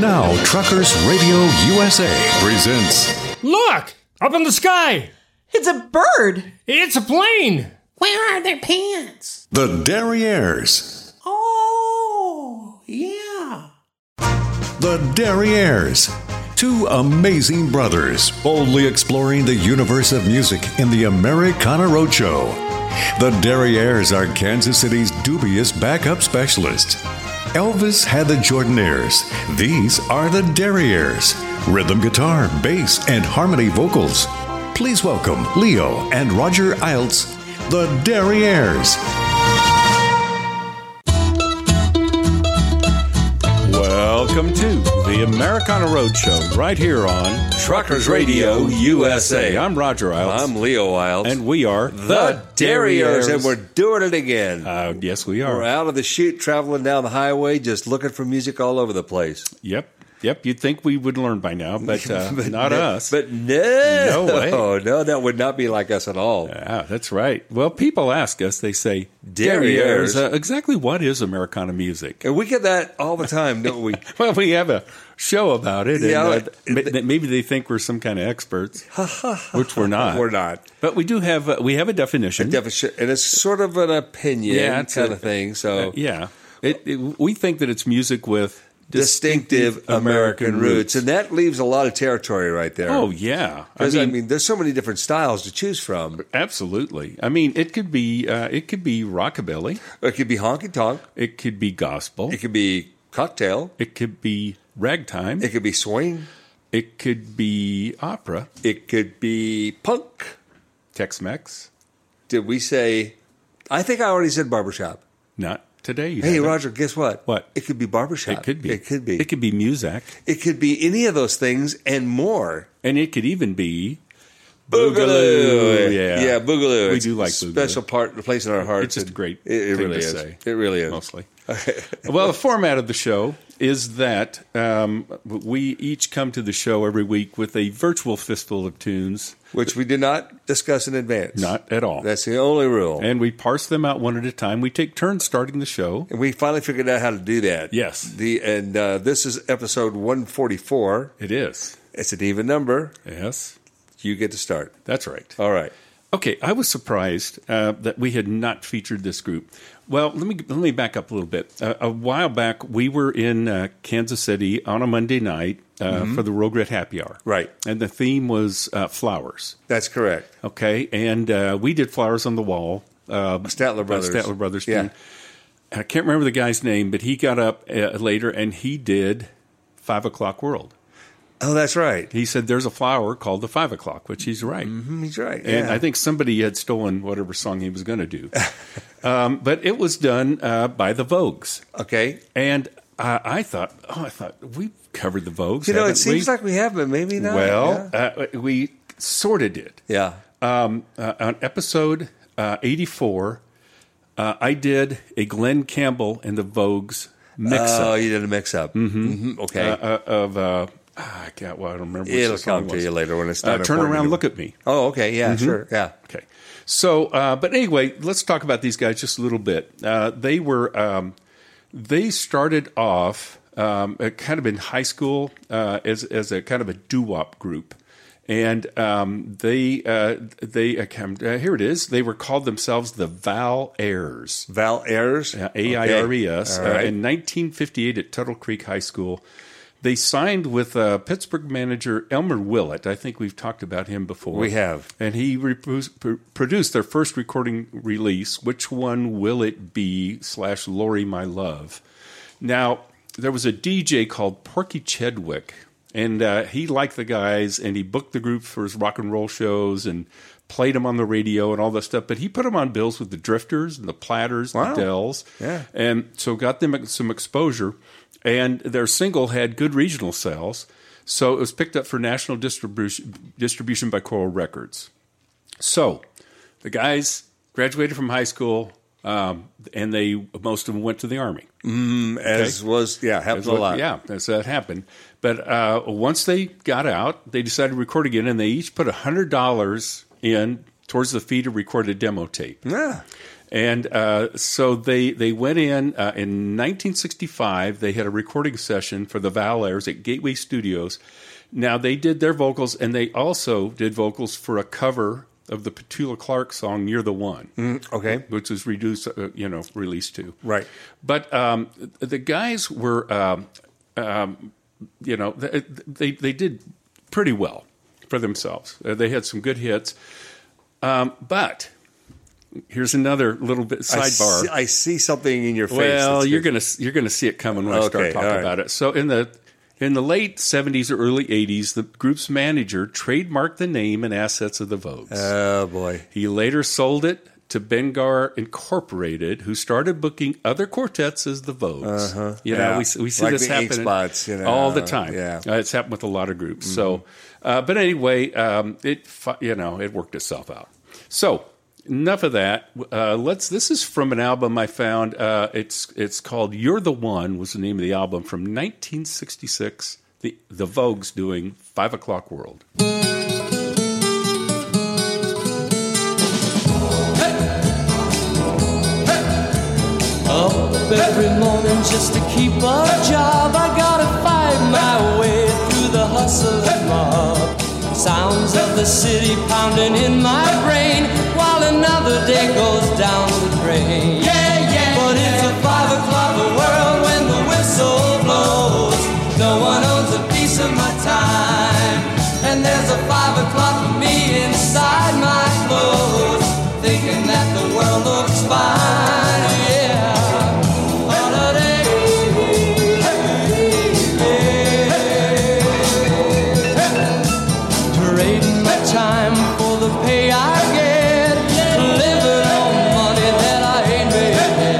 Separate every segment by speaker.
Speaker 1: now, Truckers Radio USA presents.
Speaker 2: Look! Up in the sky!
Speaker 3: It's a bird.
Speaker 2: It's a plane!
Speaker 4: Where are their pants?
Speaker 1: The Derriers.
Speaker 4: Oh, yeah.
Speaker 1: The Derriers. Two amazing brothers boldly exploring the universe of music in the Americana Roadshow. The Derriers are Kansas City's dubious backup specialists. Elvis had the Jordanaires. These are the Derriers. Rhythm guitar, bass, and harmony vocals. Please welcome Leo and Roger Iltz, the Derriers.
Speaker 5: Welcome to the Americana Roadshow, right here on
Speaker 6: Truckers Radio USA.
Speaker 5: I'm Roger Isles.
Speaker 6: I'm Leo Wild.
Speaker 5: and we are
Speaker 6: the Derriers, and we're doing it again.
Speaker 5: uh, yes, we are.
Speaker 6: we're out of the chute, traveling down the highway, just looking for music all over the place.
Speaker 5: Yep, yep. You'd think we would learn by now, but, uh, not
Speaker 6: no-
Speaker 5: us.
Speaker 6: But no,
Speaker 5: No way.
Speaker 6: Oh no, that would not be like us at all.
Speaker 5: Ah, that's right. Well, people ask us. They say
Speaker 6: Derriers.
Speaker 5: "Derriers, Uh, exactly what is Americana music?
Speaker 6: And we get that all the time, don't we?
Speaker 5: Well, we have a show about it, and
Speaker 6: Yeah,
Speaker 5: uh,
Speaker 6: it-
Speaker 5: ma- that maybe they think we're some kind of experts, which we're not.
Speaker 6: We're not.
Speaker 5: But we do have uh, we have a definition.
Speaker 6: Deficit, and it's sort of an opinion
Speaker 5: Yeah, it's
Speaker 6: kind
Speaker 5: a-
Speaker 6: of thing. So
Speaker 5: Uh, yeah, it, it, we think that it's music with
Speaker 6: distinctive American roots, and that leaves a lot of territory right there.
Speaker 5: Oh yeah, I
Speaker 6: 'Cause,
Speaker 5: mean,
Speaker 6: I mean, there's so many different styles to choose from.
Speaker 5: absolutely. I mean, it could be uh, it could be rockabilly,
Speaker 6: It could be honky tonk.
Speaker 5: it could be gospel,
Speaker 6: It could be cocktail.
Speaker 5: it could be ragtime,
Speaker 6: It could be swing.
Speaker 5: it could be opera,
Speaker 6: It could be punk.
Speaker 5: Tex-Mex.
Speaker 6: Did we say? I think I already said barbershop.
Speaker 5: Not today. you
Speaker 6: Hey,
Speaker 5: haven't.
Speaker 6: Roger, guess what?
Speaker 5: What?
Speaker 6: It could be barbershop.
Speaker 5: It could be.
Speaker 6: It could be.
Speaker 5: It could be music,
Speaker 6: It could be any of those things and more.
Speaker 5: and it could even be Yeah,
Speaker 6: yeah, boogaloo.
Speaker 5: We
Speaker 6: It's
Speaker 5: do like
Speaker 6: a
Speaker 5: boogaloo.
Speaker 6: special part, place in our hearts.
Speaker 5: It's just a great
Speaker 6: It, it
Speaker 5: thing
Speaker 6: really
Speaker 5: to
Speaker 6: is.
Speaker 5: say.
Speaker 6: It really is.
Speaker 5: mostly. well, the format of the show is that um, we each come to the show every week with a virtual fistful of tunes,
Speaker 6: Which we did not discuss in advance.
Speaker 5: not at all,
Speaker 6: That's the only rule.
Speaker 5: and we parse them out one at a time. We take turns starting the show.
Speaker 6: And we finally figured out how to do that.
Speaker 5: Yes.
Speaker 6: The and uh, this is episode 144.
Speaker 5: It is
Speaker 6: It's an even number.
Speaker 5: yes,
Speaker 6: You get to start.
Speaker 5: that's right.
Speaker 6: All right.
Speaker 5: Okay, I was surprised uh, that we had not featured this group. Well, let me let me back up a little bit. Uh, a while back, we were in uh, Kansas City on a Monday night uh, for the Rogret Happy Hour,
Speaker 6: Mm-hmm. Right.
Speaker 5: And the theme was uh, flowers.
Speaker 6: That's correct.
Speaker 5: Okay, and uh, we did Flowers on the Wall. Uh,
Speaker 6: Statler Brothers.
Speaker 5: Uh, Statler Brothers.
Speaker 6: Yeah.
Speaker 5: Thing. I can't remember the guy's name, but he got up uh, later and he did Five O'Clock World.
Speaker 6: Oh, that's right.
Speaker 5: He said, "There's a flower called the Five O'clock," which he's right.
Speaker 6: He's right.
Speaker 5: And
Speaker 6: yeah.
Speaker 5: I think somebody had stolen whatever song he was going to do. um, but it was done uh, by the Vogues,
Speaker 6: okay.
Speaker 5: and uh, I thought, oh, I thought we covered the Vogues.
Speaker 6: You know,
Speaker 5: haven't
Speaker 6: it seems
Speaker 5: we?
Speaker 6: like we have, but maybe not.
Speaker 5: well, uh, we sort of did
Speaker 6: yeah. yeah.
Speaker 5: um, uh, on episode uh, 84, uh, I did a Glenn Campbell and the Vogues mix
Speaker 6: Oh,
Speaker 5: up
Speaker 6: you did a mix up. Mm-hmm. Okay.
Speaker 5: uh, of, uh, ah, I can't, well, I don't remember which
Speaker 6: It'll
Speaker 5: song
Speaker 6: come
Speaker 5: it
Speaker 6: to
Speaker 5: was.
Speaker 6: you later when it's
Speaker 5: Uh,
Speaker 6: time.
Speaker 5: turn around, look Mm-hmm. at me.
Speaker 6: Oh, okay. Yeah, sure. Yeah.
Speaker 5: Okay. So, uh, but anyway, let's talk about these guys just a little bit. Uh, they were, um, they started off um, uh, kind of in high school uh, as, as a kind of a doo wop group. And um, they, uh, they, uh, come- uh, here it is. They were called themselves the Val Airs.
Speaker 6: Val Ayers.
Speaker 5: A I R E S. uh,
Speaker 6: All right.
Speaker 5: In 1958 at Tuttle Creek High School, they signed with uh, Pittsburgh manager Elmer Willett. I think we've talked about him before.
Speaker 6: We have.
Speaker 5: And he repro- pr- produced their first recording release, Which One Will It Be? slash Lori My Love. Now, there was a DJ called Porky Chedwick, and uh, he liked the guys, and he booked the group for his rock and roll shows and played them on the radio and all that stuff. But he put them on bills with the Drifters and the Platters,
Speaker 6: Wow.
Speaker 5: the Dells,
Speaker 6: Yeah.
Speaker 5: and so got them some exposure. And their single had good regional sales, so it was picked up for national distribution distribution by Coral Records. So the guys graduated from high school, um, and they most of them went to the army.
Speaker 6: As was, yeah, happens
Speaker 5: That's
Speaker 6: a
Speaker 5: what-
Speaker 6: lot.
Speaker 5: Yeah, that's that happened. But uh, once they got out, they decided to record again, and they each put hundred dollars in towards the fee to record a demo tape.
Speaker 6: Yeah.
Speaker 5: And uh, so they they went in uh, in 1965. They had a recording session for the Valairs at Gateway Studios. Now they did their vocals, and they also did vocals for a cover of the Petula Clark song "You're the One,"
Speaker 6: Mm. Okay.
Speaker 5: which was reduced, uh, you know, released to.
Speaker 6: Right.
Speaker 5: But um, the guys were, um, um, you know, th- they they did pretty well for themselves. Uh, they had some good hits, um, but here's another little bit
Speaker 6: I
Speaker 5: sidebar.
Speaker 6: see- I see something in your face.
Speaker 5: Well,
Speaker 6: that's
Speaker 5: you're
Speaker 6: good.
Speaker 5: gonna you're gonna see it coming when I
Speaker 6: Okay,
Speaker 5: start talking
Speaker 6: all right.
Speaker 5: about it. So in the in the late 70s or early 80s, the group's manager trademarked the name and assets of the Vogues.
Speaker 6: Oh boy.
Speaker 5: He later sold it to Bengar Incorporated, who started booking other quartets as the Vogues. You know,
Speaker 6: Uh-huh. Yeah.
Speaker 5: we, we see
Speaker 6: Like
Speaker 5: this
Speaker 6: the Ink
Speaker 5: happen
Speaker 6: Spots, you know,
Speaker 5: all the time.
Speaker 6: yeah. Mm-hmm.
Speaker 5: Uh, it's happened with a lot of groups. So, uh, but anyway, um, it fi- you know it worked itself out. So enough of that. Uh, let's. This is from an album I found. Uh, it's it's called "You're the One" was the name of the album from 1966. The the Vogues doing Five O'clock World.
Speaker 3: Up every morning just to keep a job. I gotta fight my way through the hustle and mob. Sounds of the city pounding in my brain while another day goes down the drain. Yeah, yeah. But it's a five o'clock world when the whistle blows. No one owns a piece of my time. And there's a five o'clock for me inside my clothes, thinking that the world looks fine. Yeah. Trading my time for the pay I get. Living on money that I ain't made yet.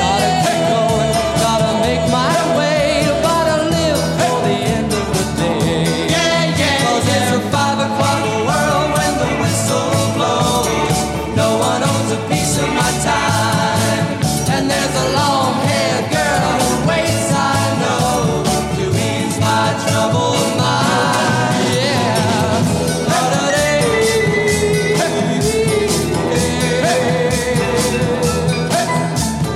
Speaker 3: Gotta keep going, gotta make my way. Gotta live for the end of the day. Yeah, yeah. Cause it's a five o'clock world when the whistle blows. No one owns a piece of my time. And there's a long haired girl who waits, I know, to ease my troubled mind. Yeah.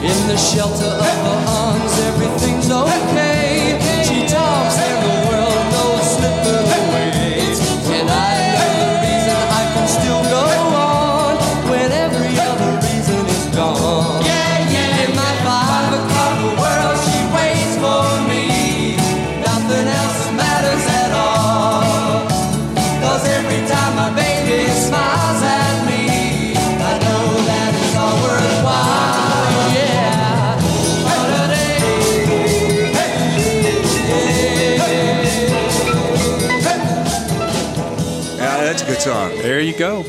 Speaker 3: In the shelter of her arms, everything's okay. She talks and the world goes slipping away. And I know the reason I can still go on when every other reason is gone. Yeah, yeah. In my five o'clock world, she waits for me. Nothing else matters at all. Cause every time my baby smiles at me, I know that it's all worthwhile. Yeah. What a day.
Speaker 6: Yeah, that's a good song.
Speaker 5: There you go.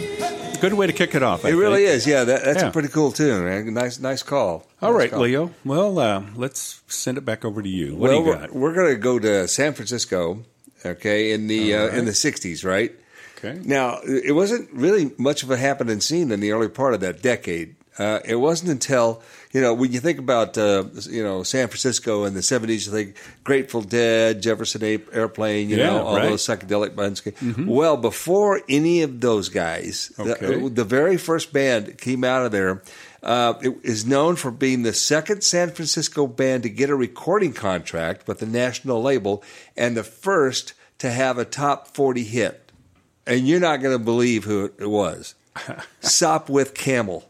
Speaker 5: Good way to kick it off. I
Speaker 6: It really
Speaker 5: think.
Speaker 6: is. Yeah, that, that's
Speaker 5: Yeah.
Speaker 6: a pretty cool tune. man. Nice, nice call.
Speaker 5: All
Speaker 6: Nice
Speaker 5: right,
Speaker 6: call.
Speaker 5: Leo. Well, uh, let's send it back over to you. What
Speaker 6: well,
Speaker 5: do you got?
Speaker 6: we're, we're going to go to San Francisco. Okay, in the uh, in the '60s, right?
Speaker 5: Okay.
Speaker 6: Now, it wasn't really much of a happening scene in the early part of that decade. Uh, it wasn't until you know when you think about uh, you know San Francisco in the '70s, you think Grateful Dead, Jefferson A- Airplane, you
Speaker 5: Yeah,
Speaker 6: know all
Speaker 5: right.
Speaker 6: those psychedelic bands. came- Well, before any of those guys,
Speaker 5: Okay.
Speaker 6: the, the very first band that came out of there uh, it is known for being the second San Francisco band to get a recording contract with a national label and the first to have a top 40 hit. And you're not going to believe who it- it was. Sop with Camel.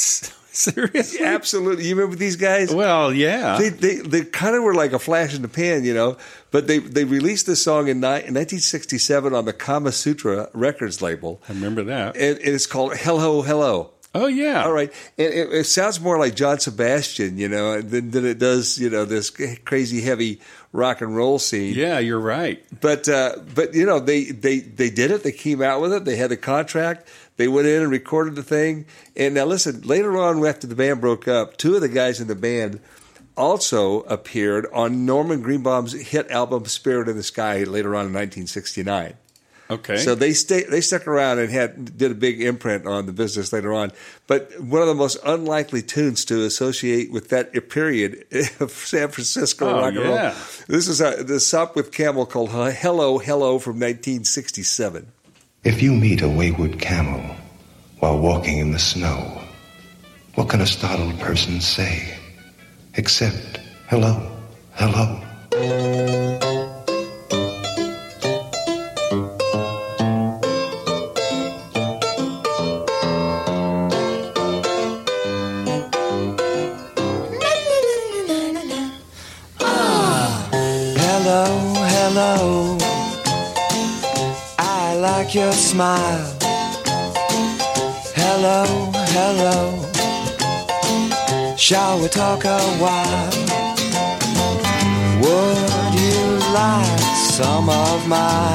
Speaker 5: Seriously?
Speaker 6: Absolutely. You remember these guys?
Speaker 5: Well, yeah.
Speaker 6: they, they, they kind of were like a flash in the pan, you know. But they, they released this song in, ni- in 1967 on the Kama Sutra Records label.
Speaker 5: I remember that.
Speaker 6: And, and it's called Hello, Hello.
Speaker 5: oh, yeah.
Speaker 6: All right. It, it, it sounds more like John Sebastian, you know, than, than it does, you know, this crazy heavy rock and roll scene.
Speaker 5: Yeah, you're right.
Speaker 6: But uh, but you know they, they they did it. They came out with it. They had the contract. They went in and recorded the thing. And now listen, later on after the band broke up, two of the guys in the band also appeared on Norman Greenbaum's hit album "Spirit in the Sky" later on in 1969.
Speaker 5: Okay.
Speaker 6: So they stay, they stuck around and had did a big imprint on the business later on. But one of the most unlikely tunes to associate with that period of San Francisco
Speaker 5: Oh,
Speaker 6: rock and roll.
Speaker 5: yeah.
Speaker 6: This is a this up with Camel called "Hello Hello" from 1967.
Speaker 7: If you meet a wayward camel while walking in the snow, What can a startled person say except hello, hello?
Speaker 3: Hello, hello. I like your smile. Hello, hello. Shall we talk a while? Would you like some of my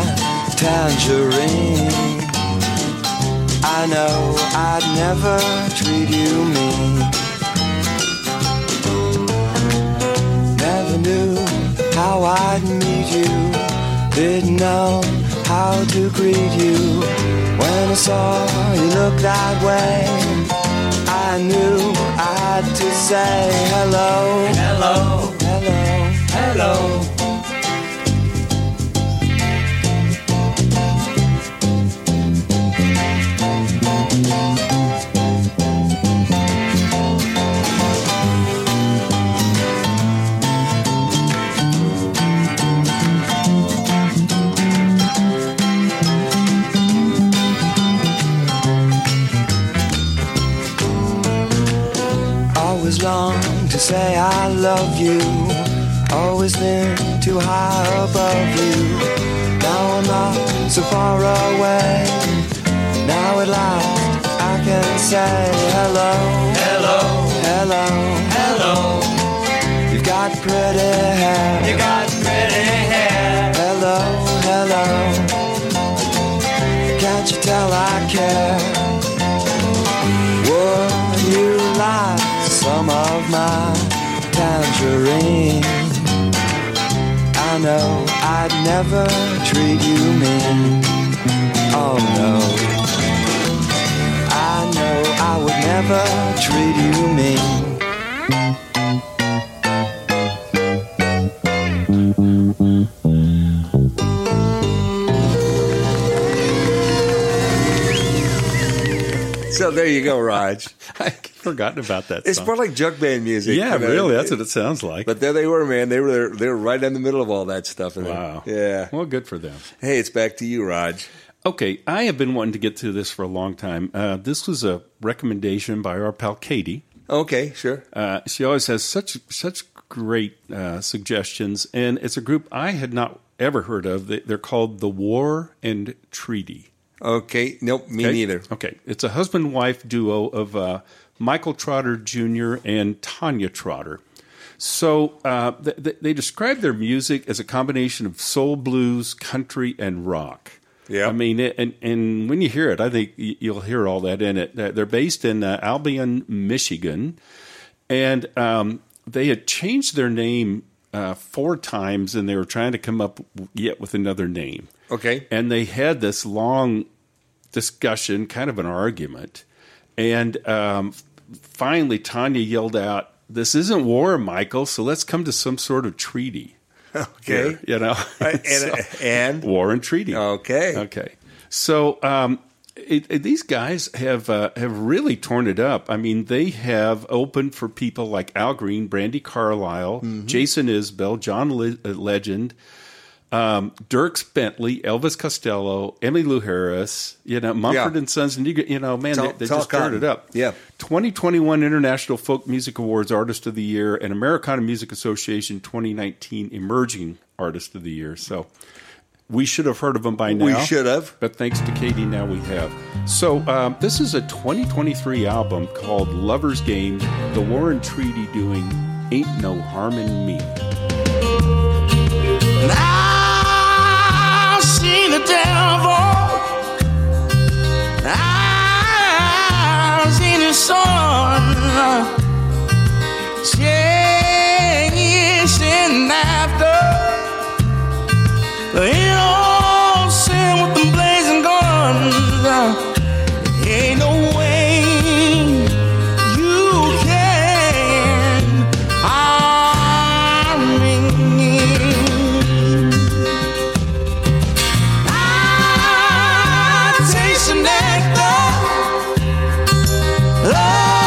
Speaker 3: tangerine? I know I'd never treat you mean. Never knew how I'd meet you. Didn't know how to greet you. When I saw you look that way, I knew I had to say hello. Hello. Hello. Hello. Always long to say I love you. Always been too high above you. Now I'm not so far away. Now at last I can say hello. Hello. Hello. Hello. You've got pretty hair. You got pretty hair. Hello. Hello. Can't you tell I care? Would you like some of my tangerine? I know I'd never treat you mean. Oh no. I know I would never treat you mean.
Speaker 6: So there you go, Raj.
Speaker 5: I forgotten about that.
Speaker 6: It's
Speaker 5: song.
Speaker 6: more like junk band music.
Speaker 5: yeah,
Speaker 6: you know?
Speaker 5: really. That's what it sounds like.
Speaker 6: But there they were, man. They were they were right in the middle of all that stuff. And
Speaker 5: wow.
Speaker 6: Yeah.
Speaker 5: Well, good for them.
Speaker 6: Hey, it's back to you, Raj.
Speaker 5: Okay, I have been wanting to get to this for a long time. Uh, this was a recommendation by our pal Katie.
Speaker 6: Okay, sure.
Speaker 5: Uh, she always has such such great uh, suggestions, and it's a group I had not ever heard of. They- They're called the War and Treaty.
Speaker 6: Okay. Nope. Me
Speaker 5: Okay?
Speaker 6: neither.
Speaker 5: Okay, it's a husband wife duo of uh, Michael Trotter Jr. and Tanya Trotter. So uh, th- th- they describe their music as a combination of soul, blues, country, and rock.
Speaker 6: Yeah.
Speaker 5: I mean, it, and and when you hear it, I think y- you'll hear all that in it. They're they're based in uh, Albion, Michigan, and um, they had changed their name uh, four times, and they were trying to come up w- yet with another name
Speaker 6: Okay.
Speaker 5: and they had this long discussion, kind of an argument, and um, finally Tanya yelled out, "This isn't war, Michael. So let's come to some sort of treaty."
Speaker 6: Okay. Uh,
Speaker 5: You know,
Speaker 6: And,
Speaker 5: So-
Speaker 6: and
Speaker 5: war and treaty.
Speaker 6: okay.
Speaker 5: Okay. So um, it, it- these guys have uh, have really torn it up. I mean, they have opened for people like Al Green, Brandy Carlisle,
Speaker 6: Mm-hmm.
Speaker 5: Jason Isbell, John Le- uh, Legend, um, Dirk Bentley, Elvis Costello, Emmy Lou Harris. You know, Mumford
Speaker 6: Yeah.
Speaker 5: and Sons, and you, get- you know, man,
Speaker 6: It's all-
Speaker 5: they, they
Speaker 6: it's all
Speaker 5: just torn
Speaker 6: cotton.
Speaker 5: it up.
Speaker 6: Yeah.
Speaker 5: 2021 International Folk Music Awards Artist of the Year and Americana Music Association 2019 Emerging Artist of the Year. So we should have heard of them by now.
Speaker 6: We should have.
Speaker 5: But thanks to Katie, now we have. So um, this is a 2023 album called Lover's Game, the Warren Treaty doing Ain't No Harm in Me.
Speaker 4: And I see the devil. I see the sun. Chasing after the innocent with the blazing guns. Uh, Ain't no way you can harm me. I taste the nectar. Love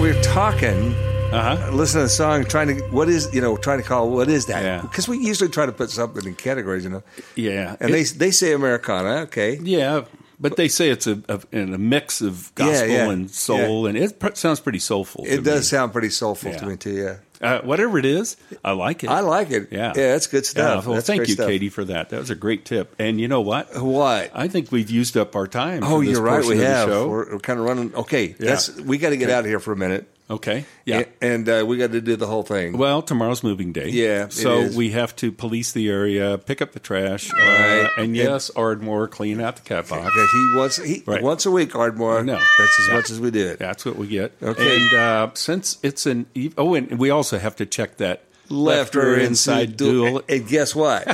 Speaker 6: we're talking, uh,
Speaker 5: Uh-huh.
Speaker 6: listening to the song, trying to what is you know trying to call what is
Speaker 5: Yeah.
Speaker 6: that? Because we usually try to put something in categories, you know.
Speaker 5: Yeah.
Speaker 6: And they
Speaker 5: It-
Speaker 6: they say Americana, okay.
Speaker 5: Yeah, but they say it's a, a, in a mix of
Speaker 6: Yeah,
Speaker 5: gospel
Speaker 6: yeah,
Speaker 5: and soul, and it pr- sounds pretty soulful. to
Speaker 6: It does
Speaker 5: me.
Speaker 6: sound pretty soulful to
Speaker 5: Yeah.
Speaker 6: me too. Yeah,
Speaker 5: Uh, whatever it is, I like it.
Speaker 6: I like it.
Speaker 5: Yeah,
Speaker 6: yeah, that's good stuff.
Speaker 5: Yeah, well,
Speaker 6: That's
Speaker 5: thank
Speaker 6: great
Speaker 5: you,
Speaker 6: stuff.
Speaker 5: Katie, for that. That was a great tip. And you know what?
Speaker 6: What?
Speaker 5: I think we've used up our time.
Speaker 6: Oh,
Speaker 5: for this
Speaker 6: you're right.
Speaker 5: portion
Speaker 6: We
Speaker 5: of the
Speaker 6: have.
Speaker 5: show.
Speaker 6: We're, we're kind of running. Okay, that's we got to get
Speaker 5: Okay.
Speaker 6: out of here for a minute.
Speaker 5: okay. Yeah.
Speaker 6: A- and, uh, we got to do the whole thing.
Speaker 5: well, tomorrow's moving day.
Speaker 6: Yeah, it
Speaker 5: So
Speaker 6: is.
Speaker 5: we have to police the area, pick up the trash, uh,
Speaker 6: Right.
Speaker 5: and
Speaker 6: Yeah.
Speaker 5: yes, Ardmore, clean out the cat box.
Speaker 6: Because he once he
Speaker 5: Right.
Speaker 6: once a week, Ardmore.
Speaker 5: No.
Speaker 6: that's as
Speaker 5: Yeah.
Speaker 6: much as we do it.
Speaker 5: That's what we get.
Speaker 6: Okay.
Speaker 5: And uh, since it's an eve- oh, and we also have to check that
Speaker 6: Left or inside
Speaker 5: inside
Speaker 6: dual.
Speaker 5: duel.
Speaker 6: And guess what?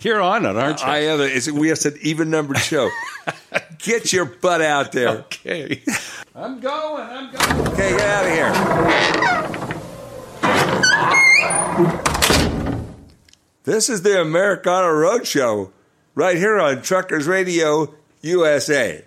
Speaker 5: You're on it, aren't you?
Speaker 6: I am. It's, we have an even numbered show. Get your butt out there.
Speaker 5: okay. I'm going. I'm going.
Speaker 6: Okay, get out of here. This is the Americana Roadshow, right here on Truckers Radio USA.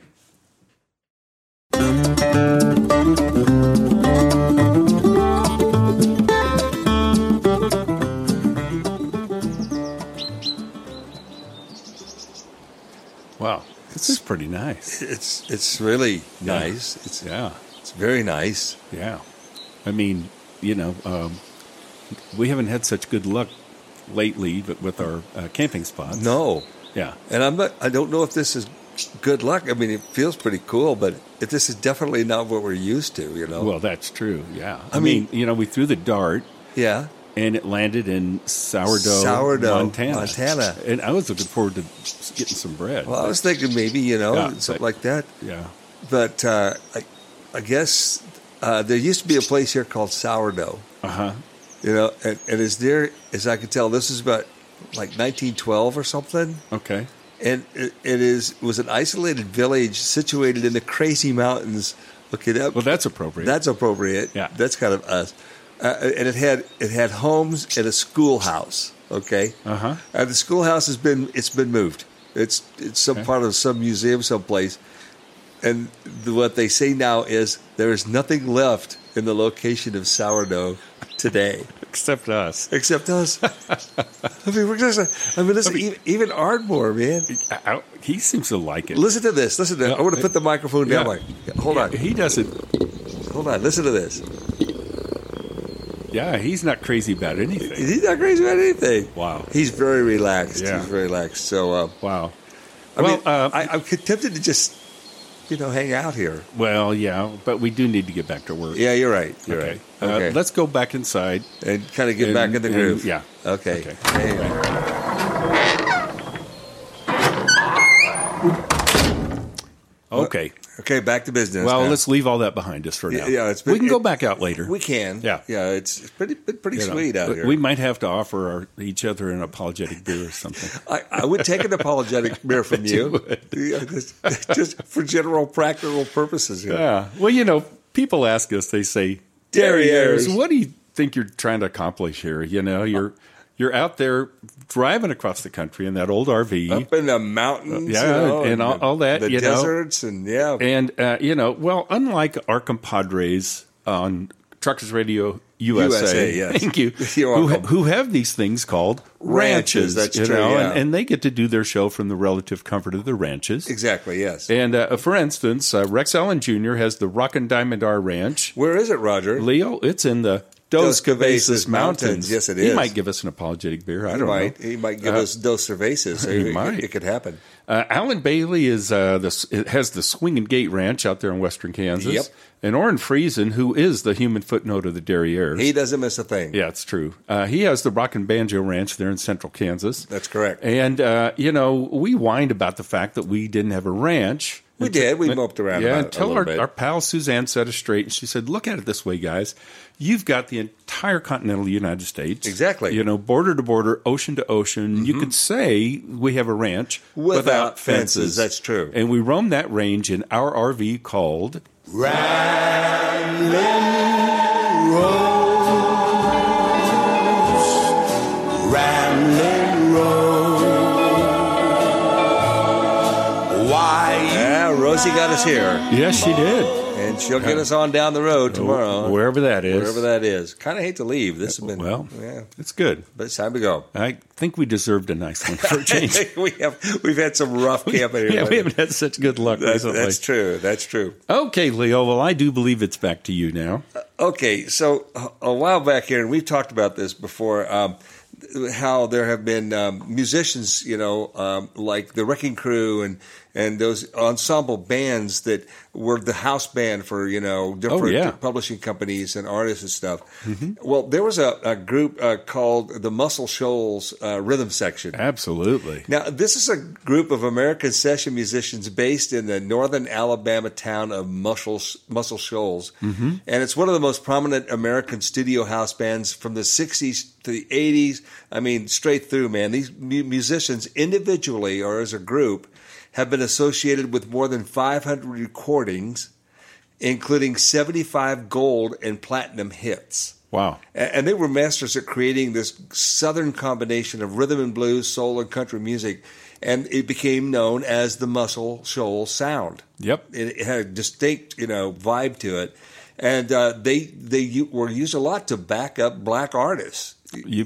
Speaker 5: Wow, this is pretty nice.
Speaker 6: It's it's really nice. It's
Speaker 5: Yeah,
Speaker 6: it's very nice.
Speaker 5: yeah. I mean, you know, um, we haven't had such good luck lately, but with our uh, camping spots.
Speaker 6: No,
Speaker 5: Yeah.
Speaker 6: and I'm not. I don't know if this is good luck. I mean, it feels pretty cool, but if this is definitely not what we're used to. You know.
Speaker 5: Well, that's true. Yeah. I,
Speaker 6: Oh. I
Speaker 5: mean,
Speaker 6: mean-
Speaker 5: you know, we threw the dart
Speaker 6: yeah.
Speaker 5: and it landed in sourdough,
Speaker 6: Sourdough,
Speaker 5: Montana.
Speaker 6: Montana.
Speaker 5: And I was looking forward to getting some bread.
Speaker 6: Well, I was thinking maybe you know
Speaker 5: Yeah,
Speaker 6: something
Speaker 5: but-
Speaker 6: like that.
Speaker 5: yeah.
Speaker 6: but uh, I, I guess uh, there used to be a place here called Sourdough.
Speaker 5: Uh huh.
Speaker 6: You know, and, and as near as I could tell, this is about like 1912 or something.
Speaker 5: Okay.
Speaker 6: And it, it is was an isolated village situated in the crazy mountains. Okay, that,
Speaker 5: Well, that's appropriate.
Speaker 6: that's appropriate.
Speaker 5: Yeah.
Speaker 6: that's kind of us. Uh, and it had it had homes and a schoolhouse. Okay,
Speaker 5: Uh-huh.
Speaker 6: And the schoolhouse has been it's been moved. It's it's some part of some museum someplace. And the, what they say now is there is nothing left in the location of sourdough today
Speaker 5: except us.
Speaker 6: except us. I mean, we're just. I mean, listen, even, even Ardmore, man.
Speaker 5: I- I- he seems to like it.
Speaker 6: Listen to this. Listen to.
Speaker 5: Yeah.
Speaker 6: I want to put the microphone down.
Speaker 5: Yeah.
Speaker 6: Mike. Yeah, Hold on.
Speaker 5: He doesn't.
Speaker 6: Hold on. Listen to this.
Speaker 5: Yeah, he's not crazy about anything.
Speaker 6: He's not crazy about anything.
Speaker 5: Wow.
Speaker 6: He's very relaxed.
Speaker 5: Yeah.
Speaker 6: He's very relaxed. So, uh,
Speaker 5: Wow.
Speaker 6: I
Speaker 5: well,
Speaker 6: mean,
Speaker 5: uh,
Speaker 6: I, I'm tempted to just, you know, hang out here.
Speaker 5: Well, yeah, but we do need to get back to work.
Speaker 6: Yeah, you're right. You're
Speaker 5: Okay.
Speaker 6: right. Okay.
Speaker 5: Uh, let's go back inside.
Speaker 6: and kind of get
Speaker 5: and-
Speaker 6: back in the
Speaker 5: and-
Speaker 6: groove.
Speaker 5: yeah.
Speaker 6: Okay.
Speaker 5: Okay.
Speaker 6: Hey.
Speaker 5: Okay.
Speaker 6: Okay. Back to business.
Speaker 5: Well,
Speaker 6: now.
Speaker 5: let's leave all that behind us for
Speaker 6: Yeah,
Speaker 5: now.
Speaker 6: yeah, it's
Speaker 5: we
Speaker 6: been-
Speaker 5: can go
Speaker 6: it-
Speaker 5: back out later.
Speaker 6: We can.
Speaker 5: Yeah.
Speaker 6: Yeah. It's pretty pretty
Speaker 5: You know,
Speaker 6: sweet out here.
Speaker 5: We might have to offer our, each other an apologetic beer or something.
Speaker 6: I, I would take an apologetic beer from you, Yeah, just, just for general practical purposes. Here.
Speaker 5: yeah. Well, you know, people ask us. They say,
Speaker 6: Derriers.
Speaker 5: "Derriers, what do you think you're trying to accomplish here? You know, you're you're out there driving across the country in that old RV."
Speaker 6: Up in the mountains,
Speaker 5: Yeah,
Speaker 6: you know,
Speaker 5: and all-
Speaker 6: the-
Speaker 5: all that,
Speaker 6: the
Speaker 5: you know.
Speaker 6: deserts, and yeah,
Speaker 5: And uh, you know, well, unlike our compadres on Truckers Radio USA,
Speaker 6: USA, yes.
Speaker 5: thank you,
Speaker 6: You're
Speaker 5: who,
Speaker 6: welcome.
Speaker 5: who have these things called
Speaker 6: Ranches,
Speaker 5: ranches,
Speaker 6: that's
Speaker 5: you
Speaker 6: true,
Speaker 5: know,
Speaker 6: yeah.
Speaker 5: and, and they get to do their show from the relative comfort of the ranches.
Speaker 6: exactly. Yes,
Speaker 5: And uh, for instance, uh, Rex Allen Jr. has the Rock and Diamond R Ranch.
Speaker 6: where is it, Roger?
Speaker 5: Leo, it's in the Dos,
Speaker 6: Dos
Speaker 5: Cabezas,
Speaker 6: Cabezas
Speaker 5: Mountains.
Speaker 6: Mountains. Yes, it
Speaker 5: He
Speaker 6: is.
Speaker 5: might give us an apologetic beer. I
Speaker 6: he
Speaker 5: don't
Speaker 6: might,
Speaker 5: know.
Speaker 6: he might give
Speaker 5: Uh,
Speaker 6: us dos cervezas.
Speaker 5: he
Speaker 6: it,
Speaker 5: might.
Speaker 6: It, could happen.
Speaker 5: Uh, Alan Bailey is uh, the, has the Swing and Gate Ranch out there in western Kansas.
Speaker 6: Yep.
Speaker 5: And Orrin Friesen, who is the human footnote of the Derriere.
Speaker 6: He doesn't miss a thing.
Speaker 5: yeah, it's true. Uh, he has the Rock and Banjo Ranch there in central Kansas.
Speaker 6: That's correct.
Speaker 5: And, uh, you know, we whined about the fact that we didn't have a ranch.
Speaker 6: We did. We moped around.
Speaker 5: Yeah,
Speaker 6: about it a
Speaker 5: until
Speaker 6: little
Speaker 5: our,
Speaker 6: bit.
Speaker 5: our pal Suzanne set us straight, and she said, "Look at it this way, guys. You've got the entire continental United States,
Speaker 6: Exactly. Mm-hmm.
Speaker 5: You know, border to border, ocean to ocean. You could say we have a ranch
Speaker 6: Without fences. That's true.
Speaker 5: And we roam that range in our RV called
Speaker 6: yeah, Rosie got us here. Ah,
Speaker 5: Yes, she did.
Speaker 6: And and she'll get us on down the road tomorrow,
Speaker 5: Uh, Wherever that is. Uh,
Speaker 6: wherever that is. Kind of hate to leave. This has been
Speaker 5: Well,
Speaker 6: yeah,
Speaker 5: it's good.
Speaker 6: but it's time to go.
Speaker 5: I think we deserved a nice one for a change.
Speaker 6: we have we've had some rough camping. here
Speaker 5: yeah, we
Speaker 6: lately.
Speaker 5: haven't had such good luck
Speaker 6: That's,
Speaker 5: recently.
Speaker 6: that's true. That's true.
Speaker 5: Okay, Leo. Well, I do believe it's back to you now.
Speaker 6: Okay, so a- a while back here, and we've talked about this before, um, how there have been um, musicians, you know, um, like the Wrecking Crew and and those ensemble bands that were the house band for you know different
Speaker 5: yeah.
Speaker 6: publishing companies and artists and stuff. Well, there was a, a group uh, called the Muscle Shoals uh, Rhythm Section.
Speaker 5: Absolutely.
Speaker 6: Now, this is a group of American session musicians based in the northern Alabama town of Muscle, Muscle Shoals. Mm-hmm. And it's one of the most prominent American studio house bands from the 60s to the 80s. I mean, straight through, man. These mu- musicians, individually or as a group, have been associated with more than 500 recordings, including 75 gold and platinum hits.
Speaker 5: Wow.
Speaker 6: A- And they were masters at creating this southern combination of rhythm and blues, soul, and country music. And it became known as the Muscle Shoals sound.
Speaker 5: Yep.
Speaker 6: It, it had a distinct, you know, vibe to it. And uh, they they u- were used a lot to back up black artists
Speaker 5: You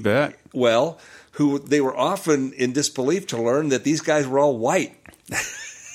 Speaker 5: bet.
Speaker 6: well, who they were often in disbelief to learn that these guys were all white.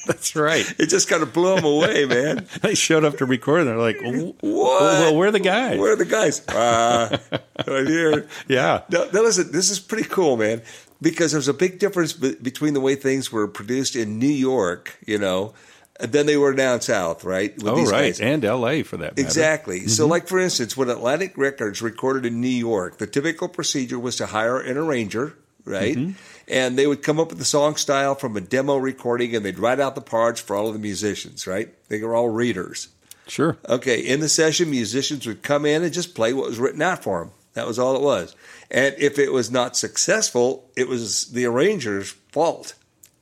Speaker 5: That's right.
Speaker 6: It just kind of blew them away, man.
Speaker 5: They showed up to record, and they're like, "Well,
Speaker 6: What?
Speaker 5: well, where are the guys?"
Speaker 6: Where are the guys? Uh, right here.
Speaker 5: Yeah.
Speaker 6: No, no, listen, this is pretty cool, man, because there's a big difference be- between the way things were produced in New York, you know, and then they were down south, right? With
Speaker 5: Oh,
Speaker 6: these
Speaker 5: right.
Speaker 6: guys.
Speaker 5: And Mm-hmm. L.A. for that matter.
Speaker 6: Exactly. So, like for instance, when Atlantic Records recorded in New York, the typical procedure was to hire an arranger, right?
Speaker 5: Mm-hmm.
Speaker 6: And they would come up with the song style from a demo recording, and they'd write out the parts for all of the musicians, right? They were all readers.
Speaker 5: Sure.
Speaker 6: Okay, in the session, musicians would come in and just play what was written out for them. That was all it was. And if it was not successful, it was the arranger's fault.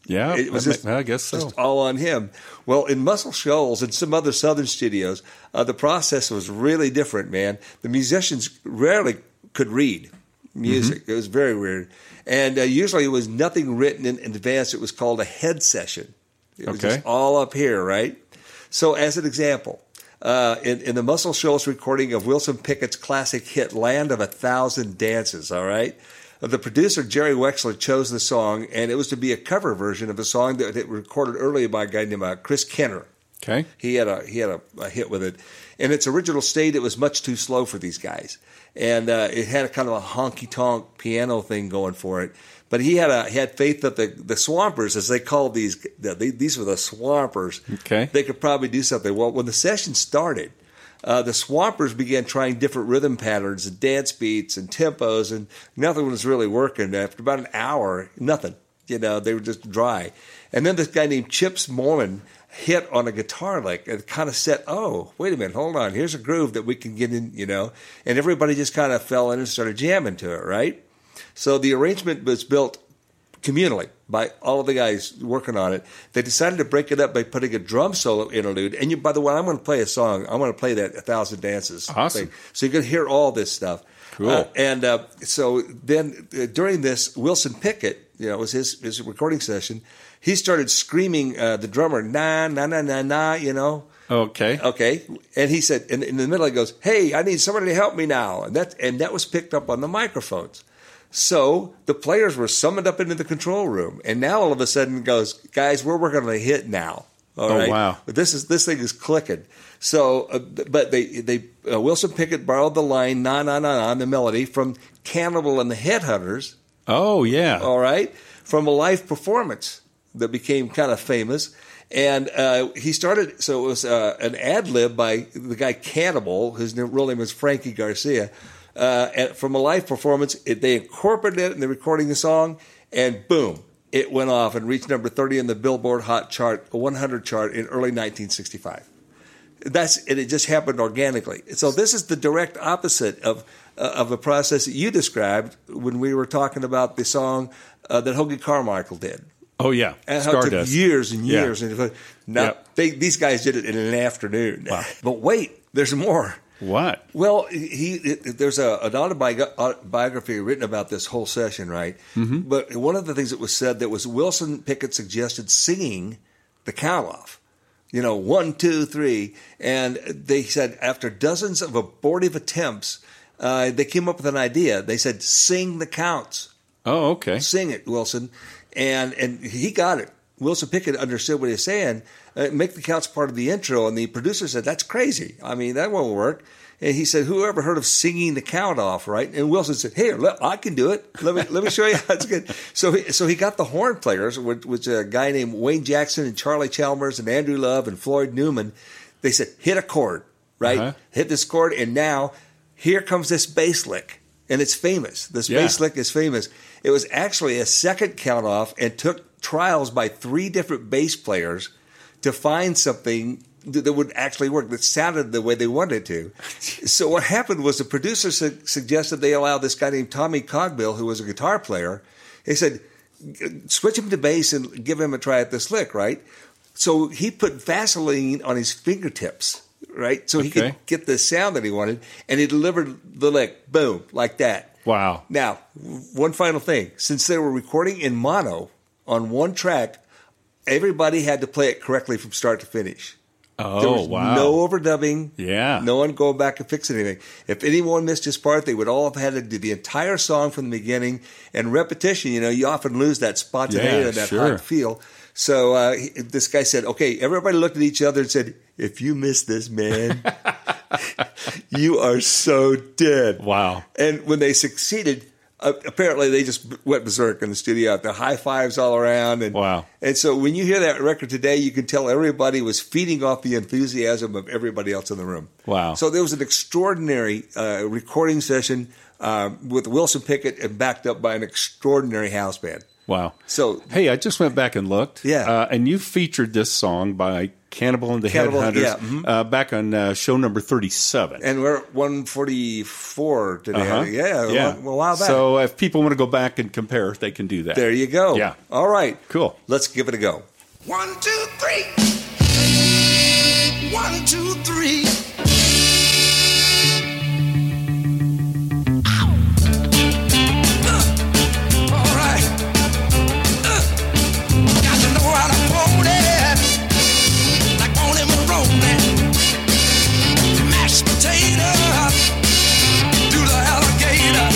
Speaker 5: Yeah.
Speaker 6: It was
Speaker 5: I,
Speaker 6: just,
Speaker 5: ma- I guess so.
Speaker 6: just all on him. Well, in Muscle Shoals and some other Southern studios, uh, the process was really different, man. The musicians rarely could read music.
Speaker 5: Mm-hmm.
Speaker 6: It was very weird. And uh, usually it was nothing written in advance. It was called a head session. It was
Speaker 5: Okay.
Speaker 6: just all up here, right? So, as an example, uh, in, in the Muscle Shoals recording of Wilson Pickett's classic hit "Land of a Thousand Dances," all right, the producer Jerry Wexler chose the song, and it was to be a cover version of a song that that was recorded earlier by a guy named uh, Chris Kenner.
Speaker 5: Okay.
Speaker 6: He had a he had a, a hit with it. In its original state, it was much too slow for these guys, and uh, it had a kind of a honky tonk piano thing going for it. But he had a he had faith that the the Swampers, as they called these, that they, these were the Swampers.
Speaker 5: Okay.
Speaker 6: they could probably do something. Well, when the session started. Uh, the Swampers began trying different rhythm patterns and dance beats and tempos, and nothing was really working. After about an hour, nothing. You know, they were just dry. And then this guy named Chips Mormon hit on a guitar lick and kind of said, "Oh, wait a minute, hold on. Here's a groove that we can get in." You know, and everybody just kind of fell in and started jamming to it, right? So the arrangement was built communally by all of the guys working on it. They decided to break it up by putting a drum solo interlude. And you, by the way, I'm going to play a song. I'm going to play that "A Thousand Dances."
Speaker 5: Awesome.
Speaker 6: So you can hear all this stuff.
Speaker 5: Cool.
Speaker 6: Uh, and uh, so then uh, during this, Wilson Pickett, you know, it was his, his recording session. He started screaming uh, the drummer, nah, nah, nah, nah, nah, you know.
Speaker 5: Okay.
Speaker 6: Okay. And he said, and in the middle, he goes, Hey, I need somebody to help me now. And that, and that was picked up on the microphones. So the players were summoned up into the control room. And now all of a sudden it goes, Guys, we're working on a hit now. All
Speaker 5: Oh,
Speaker 6: right?
Speaker 5: wow.
Speaker 6: But this is this thing is clicking. So, uh, but they they uh, Wilson Pickett borrowed the line "na na na na" the melody from Cannibal and the Headhunters,
Speaker 5: Oh yeah.
Speaker 6: all right, from a live performance that became kind of famous. And uh, he started, so it was uh, an ad lib by the guy Cannibal, whose n- real name was Frankie Garcia. Uh, and from a live performance, it, they incorporated it in the recording the song, and boom, it went off and reached number 30 in the Billboard Hot Chart, 100 chart in early 1965 that's and it just happened organically. So this is the direct opposite of uh, of the process that you described when we were talking about the song uh, that Hoagy Carmichael did.
Speaker 5: Oh yeah.
Speaker 6: And how it took
Speaker 5: Stardust.
Speaker 6: years and
Speaker 5: Yeah.
Speaker 6: years. And now
Speaker 5: Yep.
Speaker 6: they, these guys did it in an afternoon.
Speaker 5: Wow.
Speaker 6: But wait, there's more.
Speaker 5: What?
Speaker 6: Well, he it, there's a, an autobiog- autobiography written about this whole session, right? But one of the things that was said that was Wilson Pickett suggested singing the cow off. you know, one, two, three. And they said after dozens of abortive attempts, uh, they came up with an idea. They said, sing the counts,
Speaker 5: Oh, okay.
Speaker 6: sing it, Wilson. And, and he got it. Wilson Pickett understood what he was saying. Uh, make the counts part of the intro. And the producer said, that's crazy. I mean, that won't work. And he said, "Who ever heard of singing the count off, right?" And Wilson said, "Here, look, I can do it. Let me let me show you how it's good." So he, so he got the horn players, which, which a guy named Wayne Jackson and Charlie Chalmers and Andrew Love and Floyd Newman. They said, "Hit a chord, right?
Speaker 5: Uh-huh.
Speaker 6: Hit this chord, and now here comes this bass lick, and it's famous. This
Speaker 5: Yeah.
Speaker 6: bass lick is famous. It was actually a second count off, and took trials by three different bass players to find something." th- That would actually work. That sounded the way they wanted it to. So what happened was the producer su- suggested they allow this guy named Tommy Cogbill, who was a guitar player. He said, "G- switch him to bass and give him a try at this lick, right? So he put Vaseline on his fingertips, right? So he
Speaker 5: Okay.
Speaker 6: could get the sound that he wanted, and he delivered the lick, boom, like that.
Speaker 5: Wow.
Speaker 6: Now, w- one final thing. Since they were recording in mono on one track, everybody had to play it correctly from start to finish. There
Speaker 5: Oh,
Speaker 6: was
Speaker 5: wow.
Speaker 6: no overdubbing.
Speaker 5: Yeah.
Speaker 6: No one going back and fixing anything. If anyone missed his part, they would all have had to do the entire song from the beginning. And repetition, you know, you often lose that spontaneity
Speaker 5: Yeah,
Speaker 6: and that
Speaker 5: sure.
Speaker 6: hot feel. So uh, he, this guy said, okay, everybody looked at each other and said, if you miss this, man, you are so dead.
Speaker 5: Wow.
Speaker 6: And when they succeeded, uh, apparently they just went berserk in the studio. The high fives all around, and
Speaker 5: Wow.
Speaker 6: And so when you hear that record today, you can tell everybody was feeding off the enthusiasm of everybody else in the room.
Speaker 5: Wow.
Speaker 6: So there was an extraordinary uh, recording session uh, with Wilson Pickett, and backed up by an extraordinary house band.
Speaker 5: Wow.
Speaker 6: So-
Speaker 5: hey, I just went back and looked.
Speaker 6: Yeah.
Speaker 5: Uh, and you featured this song by Cannibal and the
Speaker 6: Cannibal,
Speaker 5: Headhunters
Speaker 6: yeah, mhm.
Speaker 5: uh, back on uh, show number 37.
Speaker 6: And we're at 144 today.
Speaker 5: Uh-huh.
Speaker 6: Yeah, a
Speaker 5: yeah.
Speaker 6: wa- a while back.
Speaker 5: So if people want to go back and compare, they can do that.
Speaker 6: there you go.
Speaker 5: Yeah.
Speaker 6: All right.
Speaker 5: Cool.
Speaker 6: Let's give it a go.
Speaker 4: One, two, three. One, two, three. Uh, all right. Uh, got to know how to hold it, like on and rolling. Mashed potato, do the alligator.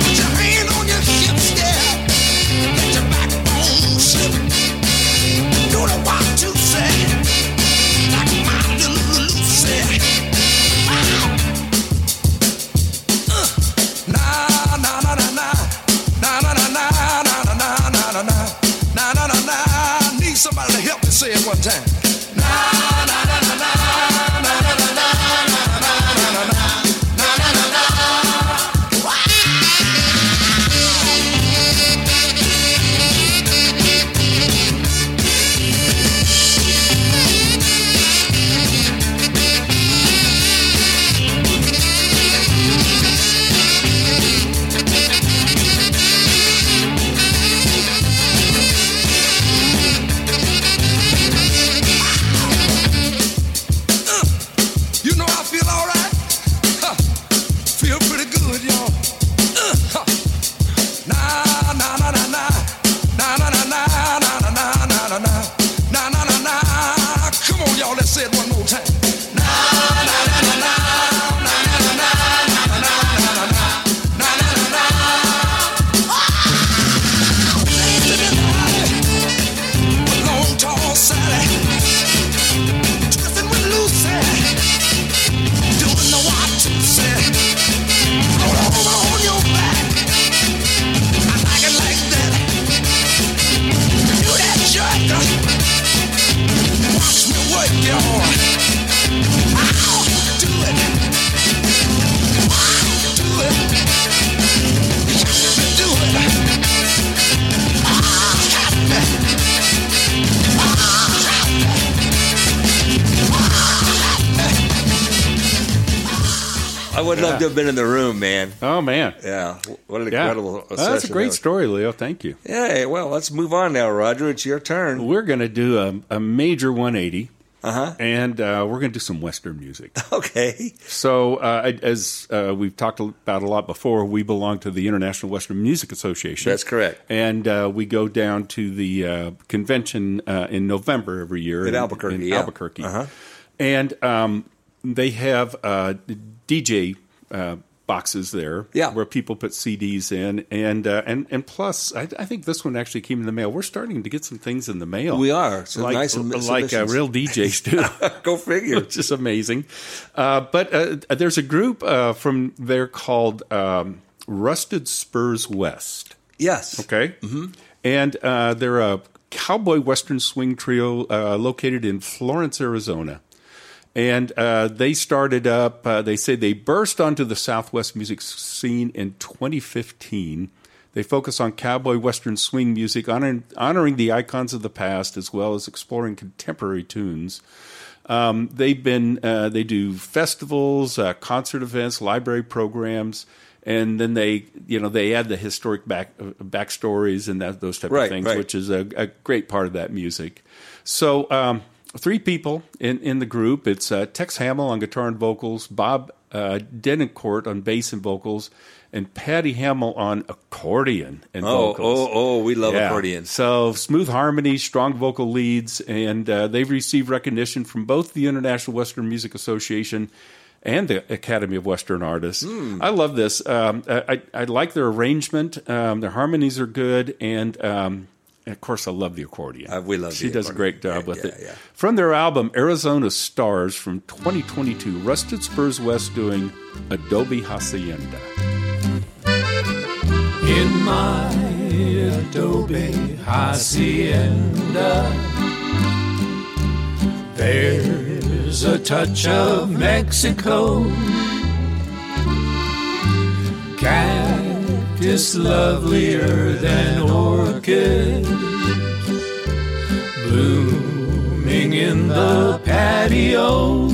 Speaker 4: Put your hand on your hips, yeah. Let your backbone slip. Do the walk to say, like my little Lucy. Wow. Uh, na, na, na, na, na. Na, na, na, na, na, na, na, na, na, na. Na, na, na, na. I need Somebody to help me say it one time. Na, na, na, na, na. Na, na, na, na, na, na, na, na, na. Na, na, na, na. You know I feel all right. Huh. Feel pretty good, y'all. Uh, huh. Nah, nah, nah, nah, nah. Nah, nah, nah, nah, nah, nah, nah, nah, nah, nah. Nah, nah, nah, nah. Come on, y'all, let's say it one more time. Nah, nah, nah, nah, nah. Nah, nah, nah, nah, nah, nah, nah, nah, nah. Nah, nah, nah, nah. Dance to this body with long, tall Sally twisting with Lucy, doing the Watusi. Hold on, hold on, on your back. I like it like that. Do that jerk. Watch me work, y'all. Ow, do it. Ow, do it. Yeah, do it. Ah, happy. Ah, happy.
Speaker 6: I would love to have been in the room, man.
Speaker 5: Oh, man.
Speaker 6: Yeah. What an
Speaker 5: Yeah.
Speaker 6: incredible
Speaker 5: Oh,
Speaker 6: session.
Speaker 5: that's a great
Speaker 6: that was.
Speaker 5: story, Leo. Thank you.
Speaker 6: Yeah, well, let's move on now, Roger. It's your turn.
Speaker 5: We're going to do a, a major 180.
Speaker 6: Uh-huh.
Speaker 5: and uh, we're going to do some Western music.
Speaker 6: Okay.
Speaker 5: So, uh, I- as uh, we've talked about a lot before, we belong to the International Western Music Association.
Speaker 6: That's correct.
Speaker 5: And uh, we go down to the uh, convention uh, in November every year
Speaker 6: In Albuquerque,
Speaker 5: In
Speaker 6: yeah. Uh-huh.
Speaker 5: Albuquerque. And um, they have uh, DJ uh, boxes there
Speaker 6: Yeah.
Speaker 5: where people put CDs in. And uh, and, and plus, I, I think this one actually came in the mail. We're starting to get some things in the mail.
Speaker 6: We are. So
Speaker 5: like,
Speaker 6: nice submi-
Speaker 5: like uh,
Speaker 6: submissions.
Speaker 5: real DJs do.
Speaker 6: Go figure.
Speaker 5: which is amazing. Uh, but uh, there's a group uh, from there called um, Rusted Spurs West.
Speaker 6: Yes.
Speaker 5: Okay, mm-hmm. and uh, they're a cowboy western swing trio uh, located in Florence, Arizona. And uh, they started up. Uh, they say they burst onto the Southwest music scene in 2015. They focus on cowboy western swing music, honoring, honoring the icons of the past as well as exploring contemporary tunes Um, they've been uh, they do festivals, uh, concert events, library programs, and then they you know they add the historic back uh, backstories and that those type
Speaker 6: Right,
Speaker 5: of things,
Speaker 6: right.
Speaker 5: which is a, a great part of that music. So. Um, Three people in, in the group. It's uh, Tex Hamill on guitar and vocals, Bob uh, Denencourt on bass and vocals, and Patty Hamill on accordion and
Speaker 6: Oh,
Speaker 5: vocals.
Speaker 6: oh, oh, we love
Speaker 5: Yeah.
Speaker 6: accordions.
Speaker 5: So smooth harmony, strong vocal leads, and uh, they've received recognition from both the International Western Music Association and the Academy of Western Artists.
Speaker 6: Hmm.
Speaker 5: I love this. Um, I, I I like their arrangement. Um, their harmonies are good, and, um, and of course, I love the accordion.
Speaker 6: Uh, we love
Speaker 5: She
Speaker 6: the
Speaker 5: does a
Speaker 6: accordion.
Speaker 5: great job
Speaker 6: Yeah,
Speaker 5: with
Speaker 6: yeah,
Speaker 5: it.
Speaker 6: yeah.
Speaker 5: From their album Arizona Stars from 2022, Rusted Spurs West doing Adobe Hacienda.
Speaker 8: In my adobe hacienda, there's a touch of Mexico. Cactus lovelier than orchid, blooming in the patio.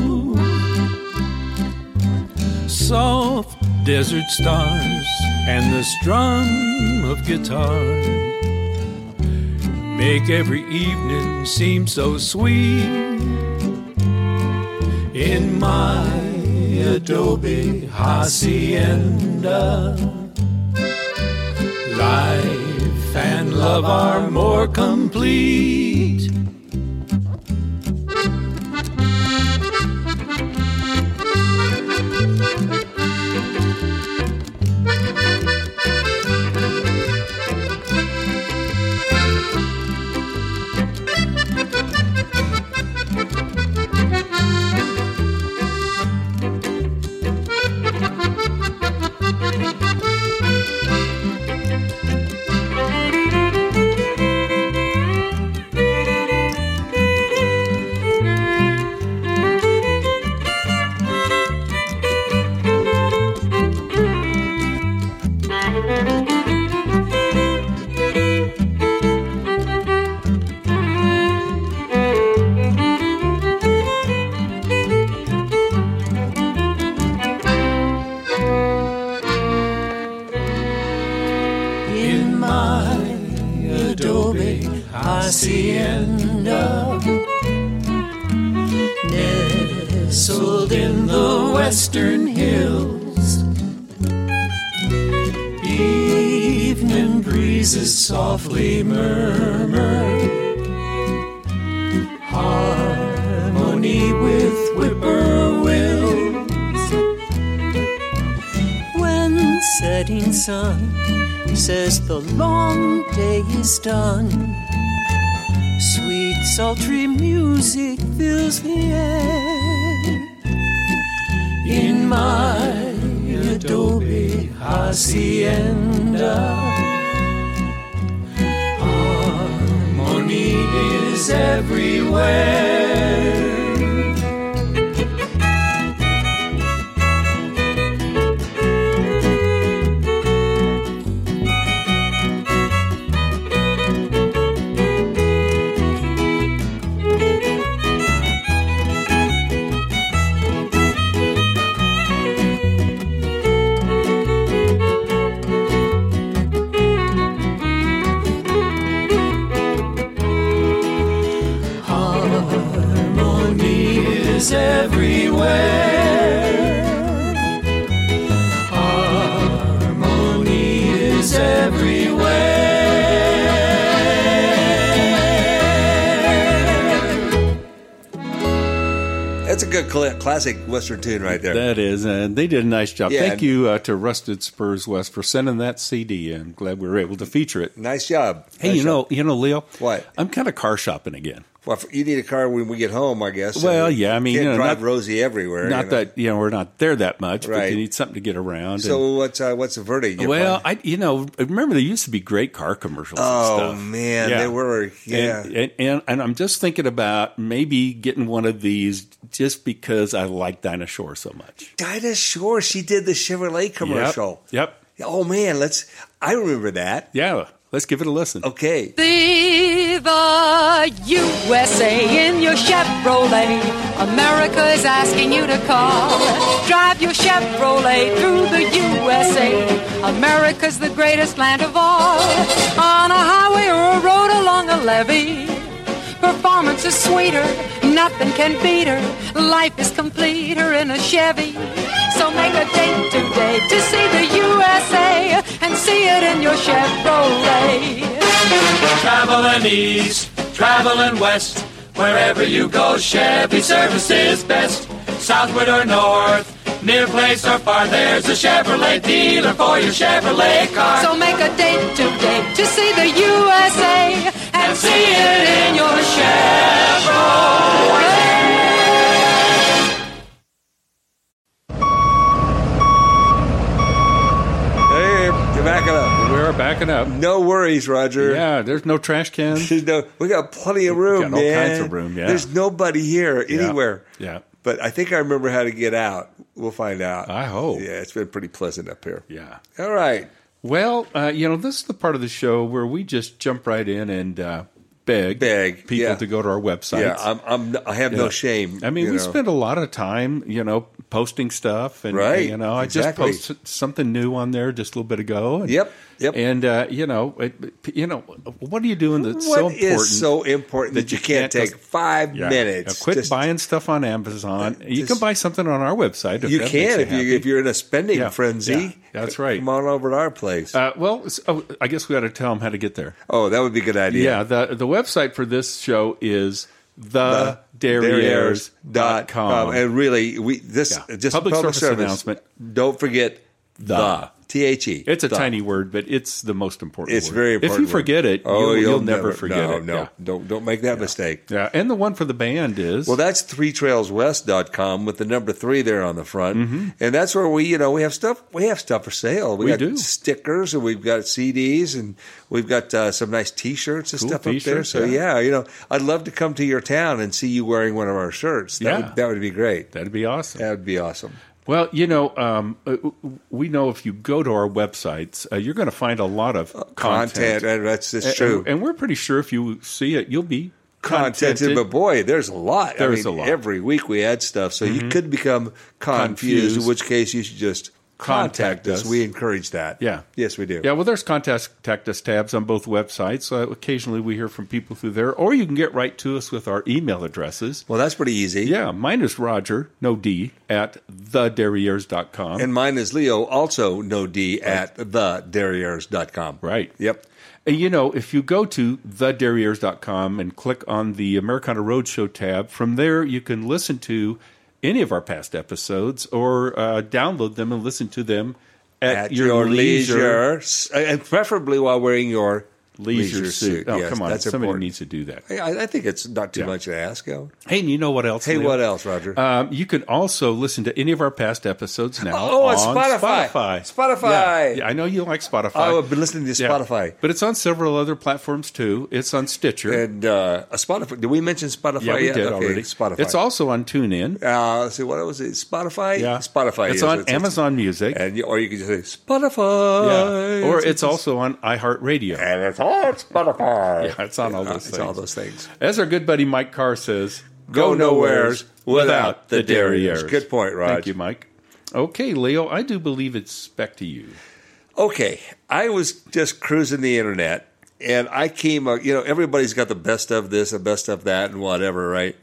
Speaker 8: Soft desert stars and the strum of guitar make every evening seem so sweet. In my adobe hacienda, life and love are more complete. in my adobe hacienda, nestled in the western hills. Evening breezes softly murmur, harmony with whippoorwills.
Speaker 9: when setting sun says the long day is done. Sweet sultry music fills the air.
Speaker 8: in my adobe hacienda. Harmony is everywhere.
Speaker 9: everywhere. Harmony is everywhere.
Speaker 6: That's a good cl- classic Western tune right there.
Speaker 5: That is, and they did a nice job.
Speaker 6: Yeah.
Speaker 5: Thank you uh, to Rusted Spurs West for sending that CD. I'm glad we were able to feature it.
Speaker 6: nice job.
Speaker 5: Hey,
Speaker 6: Nice
Speaker 5: you
Speaker 6: job.
Speaker 5: know, you know, Leo.
Speaker 6: What?
Speaker 5: I'm kind of car shopping again.
Speaker 6: Well, if you need a car when we get home, I guess.
Speaker 5: Well,
Speaker 6: And
Speaker 5: yeah, I mean,
Speaker 6: can't
Speaker 5: you know,
Speaker 6: drive
Speaker 5: not-
Speaker 6: Rosie everywhere.
Speaker 5: Not
Speaker 6: you know.
Speaker 5: that you know we're not there that much, but
Speaker 6: Right.
Speaker 5: you need something to get around.
Speaker 6: So what's uh, what's the verdict?
Speaker 5: and,
Speaker 6: You're
Speaker 5: well,
Speaker 6: fine.
Speaker 5: I you know remember there used to be great car commercials.
Speaker 6: Oh,
Speaker 5: and stuff.
Speaker 6: man, they were, yeah.
Speaker 5: And, and, and and I'm just thinking about maybe getting one of these just because I like Dinah Shore so much.
Speaker 6: Dinah Shore, she did the Chevrolet commercial.
Speaker 5: Yep. yep.
Speaker 6: Oh man, let's. I remember that.
Speaker 5: Yeah. Let's give it a listen.
Speaker 6: Okay.
Speaker 10: See the USA in your Chevrolet. America is asking you to call. Drive your Chevrolet through the USA. America's the greatest land of all. On a highway or a road along a levee. Performance is sweeter, nothing can beat her. Life is completer in a Chevy. So make a date today to see the USA and see it in your Chevrolet.
Speaker 8: Traveling east, traveling west, wherever you go, Chevy service is best. Southward or north, near place or far, there's a Chevrolet dealer for your Chevrolet car.
Speaker 10: So make a date today to see the USA and see it in your Chevrolet.
Speaker 6: Hey, you're backing up.
Speaker 5: We're backing up.
Speaker 6: No worries, Roger.
Speaker 5: Yeah, there's no trash cans.
Speaker 6: There's no, we got plenty of room,
Speaker 5: all
Speaker 6: man.
Speaker 5: kinds of room, yeah.
Speaker 6: There's nobody here anywhere.
Speaker 5: Yeah.
Speaker 6: But I think I remember how to get out. We'll find out.
Speaker 5: I hope.
Speaker 6: Yeah, it's been pretty pleasant up here.
Speaker 5: Yeah.
Speaker 6: All right.
Speaker 5: Well, uh, you know, this is the part of the show where we just jump right in and uh, beg,
Speaker 6: Beg,
Speaker 5: people
Speaker 6: yeah.
Speaker 5: to go to our website.
Speaker 6: Yeah, I'm, I'm, I have no shame.
Speaker 5: I mean,
Speaker 6: you
Speaker 5: we
Speaker 6: know.
Speaker 5: spend a lot of time, you know, posting stuff, and
Speaker 6: Right,
Speaker 5: You know, I
Speaker 6: exactly.
Speaker 5: just posted something new on there just a little bit ago. And,
Speaker 6: Yep, yep.
Speaker 5: And uh, you know, it, you know, what are you doing that's so
Speaker 6: What
Speaker 5: important?
Speaker 6: is so important that, you can't, take
Speaker 5: just-
Speaker 6: five
Speaker 5: Yeah.
Speaker 6: minutes?
Speaker 5: Now, quit
Speaker 6: just-
Speaker 5: buying stuff on Amazon. you can
Speaker 6: just-
Speaker 5: buy something on our website. If
Speaker 6: You
Speaker 5: that makes
Speaker 6: can if
Speaker 5: happy.
Speaker 6: you if you're in a spending
Speaker 5: Yeah,
Speaker 6: frenzy.
Speaker 5: yeah, that's right.
Speaker 6: Come on over to our place.
Speaker 5: Uh, well, so- oh, I guess we got to tell them how to get there.
Speaker 6: oh, that would be a good idea.
Speaker 5: Yeah, uh, the the website for this show is the,
Speaker 6: Uh, dot com. And really, we this
Speaker 5: Yeah.
Speaker 6: just
Speaker 5: Public
Speaker 6: public,
Speaker 5: service
Speaker 6: service,
Speaker 5: announcement.
Speaker 6: Don't forget
Speaker 5: The.
Speaker 6: the t h e.
Speaker 5: It's a
Speaker 6: the.
Speaker 5: tiny word, but it's the most important.
Speaker 6: It's
Speaker 5: word.
Speaker 6: very important.
Speaker 5: If you
Speaker 6: word.
Speaker 5: forget it,
Speaker 6: oh,
Speaker 5: you'll, you'll, never, forget
Speaker 6: no,
Speaker 5: it.
Speaker 6: No,
Speaker 5: yeah.
Speaker 6: don't don't make that mistake.
Speaker 5: Yeah, and the one for the band is
Speaker 6: Well, that's threetrailswest.com with the number three there on the front. And that's where we, you know, we have stuff, we have stuff for sale.
Speaker 5: Mm-hmm. We
Speaker 6: got
Speaker 5: do.
Speaker 6: stickers and we've got CDs and we've got uh, some nice t-shirts and
Speaker 5: Cool
Speaker 6: stuff up there.
Speaker 5: t-shirts,
Speaker 6: So
Speaker 5: yeah.
Speaker 6: yeah. you know, I'd love to come to your town and see you wearing one of our shirts. That
Speaker 5: Yeah.
Speaker 6: Would, that would be great.
Speaker 5: that'd be awesome.
Speaker 6: That would be awesome.
Speaker 5: Well, you know, um, uh, we know if you go to our websites, uh, you're going to find a lot of content.
Speaker 6: Content. uh, that's, that's
Speaker 5: And-
Speaker 6: true.
Speaker 5: And, we're pretty sure if you see it, you'll be
Speaker 6: Contented,
Speaker 5: contented.
Speaker 6: but boy, there's a lot.
Speaker 5: There's
Speaker 6: I mean,
Speaker 5: a lot. Mm-hmm.
Speaker 6: Every week we add stuff, so you could become confused,
Speaker 5: Confused.
Speaker 6: In which case, you should just
Speaker 5: Contact
Speaker 6: contact, us.
Speaker 5: us.
Speaker 6: We encourage that.
Speaker 5: Yeah.
Speaker 6: Yes, we do.
Speaker 5: Yeah, well, there's contact us tabs on both websites. Uh, occasionally we hear from people through there, or you can get right to us with our email addresses.
Speaker 6: Well, that's pretty easy.
Speaker 5: Yeah, mine is Roger, no D, at thederriers.com.
Speaker 6: And mine is Leo, also no D at thederriers.com.
Speaker 5: right.
Speaker 6: Yep.
Speaker 5: And you know, if you go to thederriers.com and click on the Americana Roadshow tab, from there you can listen to any of our past episodes or uh, download them and listen to them at,
Speaker 6: At your, leisure, s- uh, and preferably while wearing your
Speaker 5: leisure suit. Oh,
Speaker 6: Yes,
Speaker 5: come on.
Speaker 6: That's
Speaker 5: Somebody
Speaker 6: important.
Speaker 5: needs to do that.
Speaker 6: Hey, I, I think it's not too
Speaker 5: Yeah.
Speaker 6: much to ask. Yo.
Speaker 5: Hey, and you know what else?
Speaker 6: Hey,
Speaker 5: Leo?
Speaker 6: what else, Roger?
Speaker 5: Um, you can also listen to any of our past episodes now.
Speaker 6: Oh, it's
Speaker 5: on
Speaker 6: Spotify.
Speaker 5: Spotify.
Speaker 6: Spotify.
Speaker 5: Yeah. Yeah, I know you like Spotify.
Speaker 6: Oh, I've been listening to
Speaker 5: Yeah.
Speaker 6: Spotify.
Speaker 5: But it's on several other platforms too. It's on Stitcher.
Speaker 6: And uh, a Spotify. Did we mention Spotify
Speaker 5: yeah, we
Speaker 6: yet?
Speaker 5: did
Speaker 6: okay,
Speaker 5: already.
Speaker 6: Spotify.
Speaker 5: It's also on TuneIn.
Speaker 6: Uh, let's see, what was it? Spotify?
Speaker 5: Yeah.
Speaker 6: Spotify.
Speaker 5: It's
Speaker 6: yes,
Speaker 5: on Amazon Music.
Speaker 6: and you, or you can just say Spotify.
Speaker 5: Yeah. Or it's also on iHeartRadio.
Speaker 6: And it's on Spotify.
Speaker 5: Yeah, it's on all
Speaker 6: Uh,
Speaker 5: those
Speaker 6: it's
Speaker 5: things.
Speaker 6: all those things.
Speaker 5: As our good buddy Mike Carr says,
Speaker 6: Go nowheres without the derriers.
Speaker 5: derriers."
Speaker 6: Good point, Raj.
Speaker 5: Thank you, Mike. Okay, Leo, I do believe it's back to you.
Speaker 6: Okay, I was just cruising the internet, and I came. uh, You know, everybody's got the best of this, the best of that, and whatever, right?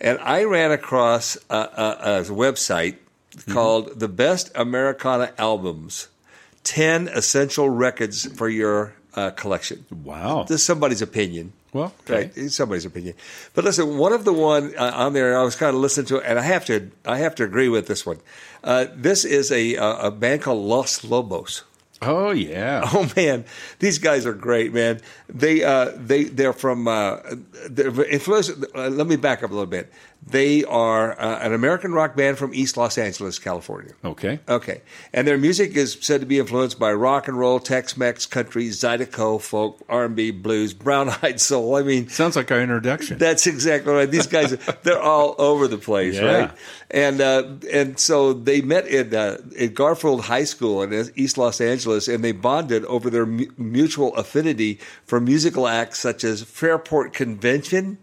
Speaker 6: And I ran across a, a, a website
Speaker 5: Mm-hmm.
Speaker 6: called The Best Americana Albums 10 Essential Records for Your uh, Collection.
Speaker 5: Wow.
Speaker 6: This is somebody's opinion.
Speaker 5: Well, okay.
Speaker 6: Right, it's somebody's opinion. But listen, one of the one uh, on there, I was kind of listening to, and I have to, I have to agree with this one. Uh, this is a uh, a band called Los Lobos.
Speaker 5: Oh yeah.
Speaker 6: Oh man, these guys are great, man. They uh, they they're from uh, they're influenced. Uh, let me back up a little bit. They are uh, an American rock band from East Los Angeles, California.
Speaker 5: Okay.
Speaker 6: Okay. And their music is said to be influenced by rock and roll, Tex-Mex, country, Zydeco, folk, R&B, blues, brown-eyed soul. I mean,
Speaker 5: Sounds like our introduction.
Speaker 6: that's exactly right. These guys, they're all over the place,
Speaker 5: Yeah.
Speaker 6: right? And uh, and so they met in uh, at Garfield High School in East Los Angeles, and they bonded over their mu- mutual affinity for musical acts such as Fairport Convention.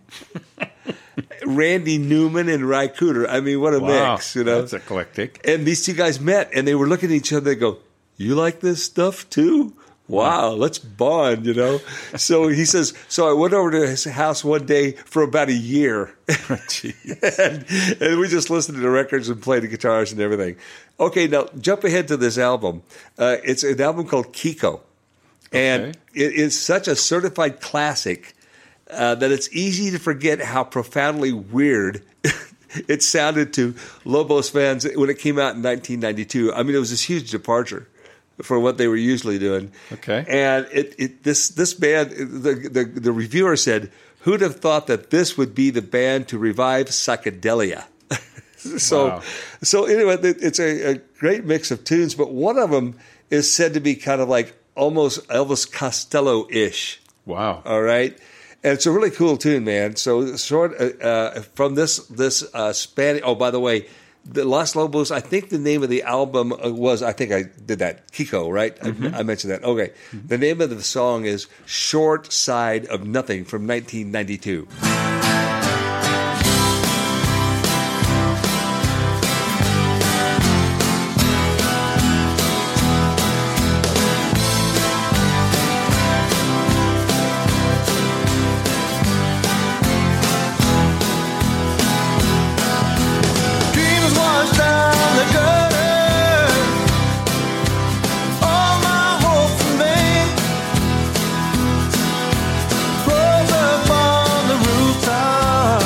Speaker 6: Randy Newman and Ry Cooter. I mean, what a
Speaker 5: wow.
Speaker 6: mix, you know.
Speaker 5: That's eclectic.
Speaker 6: and these two guys met, and they were looking at each other. They go, "You like this stuff too? Wow, let's bond," you know. so he says. So I went over to his house one day for about a year, and, and we just listened to the records and played the guitars and everything. Okay, now jump ahead to this album. Uh, it's an album called Kiko, and
Speaker 5: Okay.
Speaker 6: it is such a certified classic uh, that it's easy to forget how profoundly weird it sounded to Lobos fans when it came out in 1992. I mean, it was this huge departure for what they were usually doing.
Speaker 5: Okay.
Speaker 6: and it, it this this band the, the the reviewer said, "Who'd have thought that this would be the band to revive psychedelia?" so
Speaker 5: Wow.
Speaker 6: so anyway, it- it's a, a great mix of tunes, but one of them is said to be kind of like almost Elvis Costello ish.
Speaker 5: Wow.
Speaker 6: All right. And it's a really cool tune, man. So sort uh, uh, from this this uh, Spanish. Oh, by the way, the Los Lobos. I think the name of the album uh, was. I think I did that. Kiko, right?
Speaker 5: Mm-hmm.
Speaker 6: I, I mentioned that. Okay. The name of the song is "Short Side of Nothing" from 1992.
Speaker 3: Dreams washed down the gutter. All my hopes remain. Rose up on the rooftop.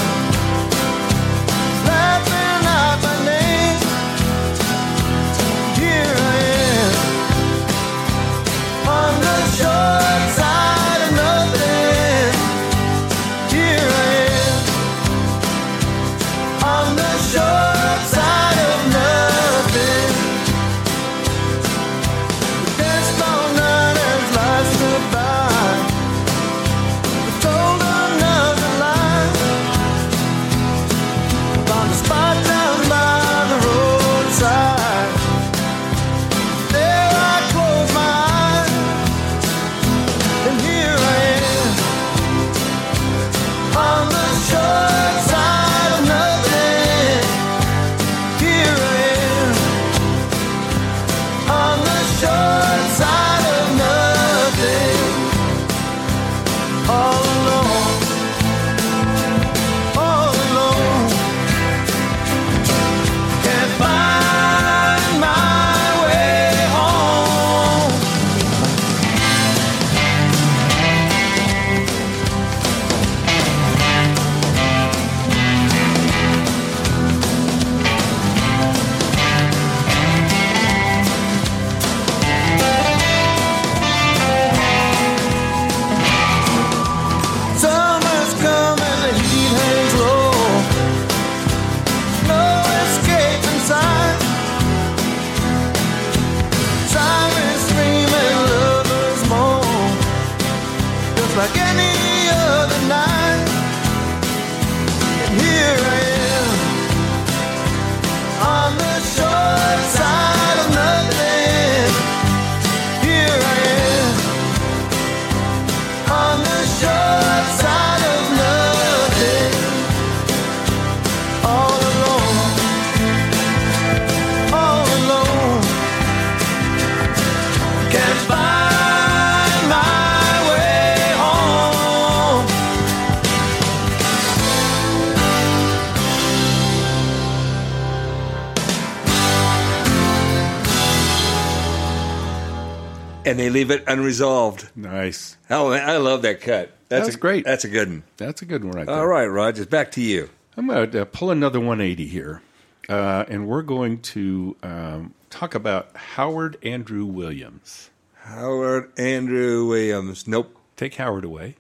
Speaker 6: and they leave it unresolved.
Speaker 5: Nice.
Speaker 6: Oh, man, I love that cut. That's,
Speaker 5: That's
Speaker 6: a,
Speaker 5: great.
Speaker 6: That's a good one.
Speaker 5: That's a good one right there.
Speaker 6: All right, Rogers, back to you.
Speaker 5: I'm going to pull another 180 here, uh, and we're going to um, talk about Howard Andrew Williams.
Speaker 6: Howard Andrew Williams. Nope.
Speaker 5: Take Howard away.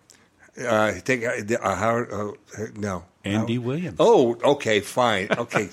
Speaker 6: Uh, take uh, uh, Howard. Uh, no.
Speaker 5: Andy Williams.
Speaker 6: Oh, okay, fine. Okay,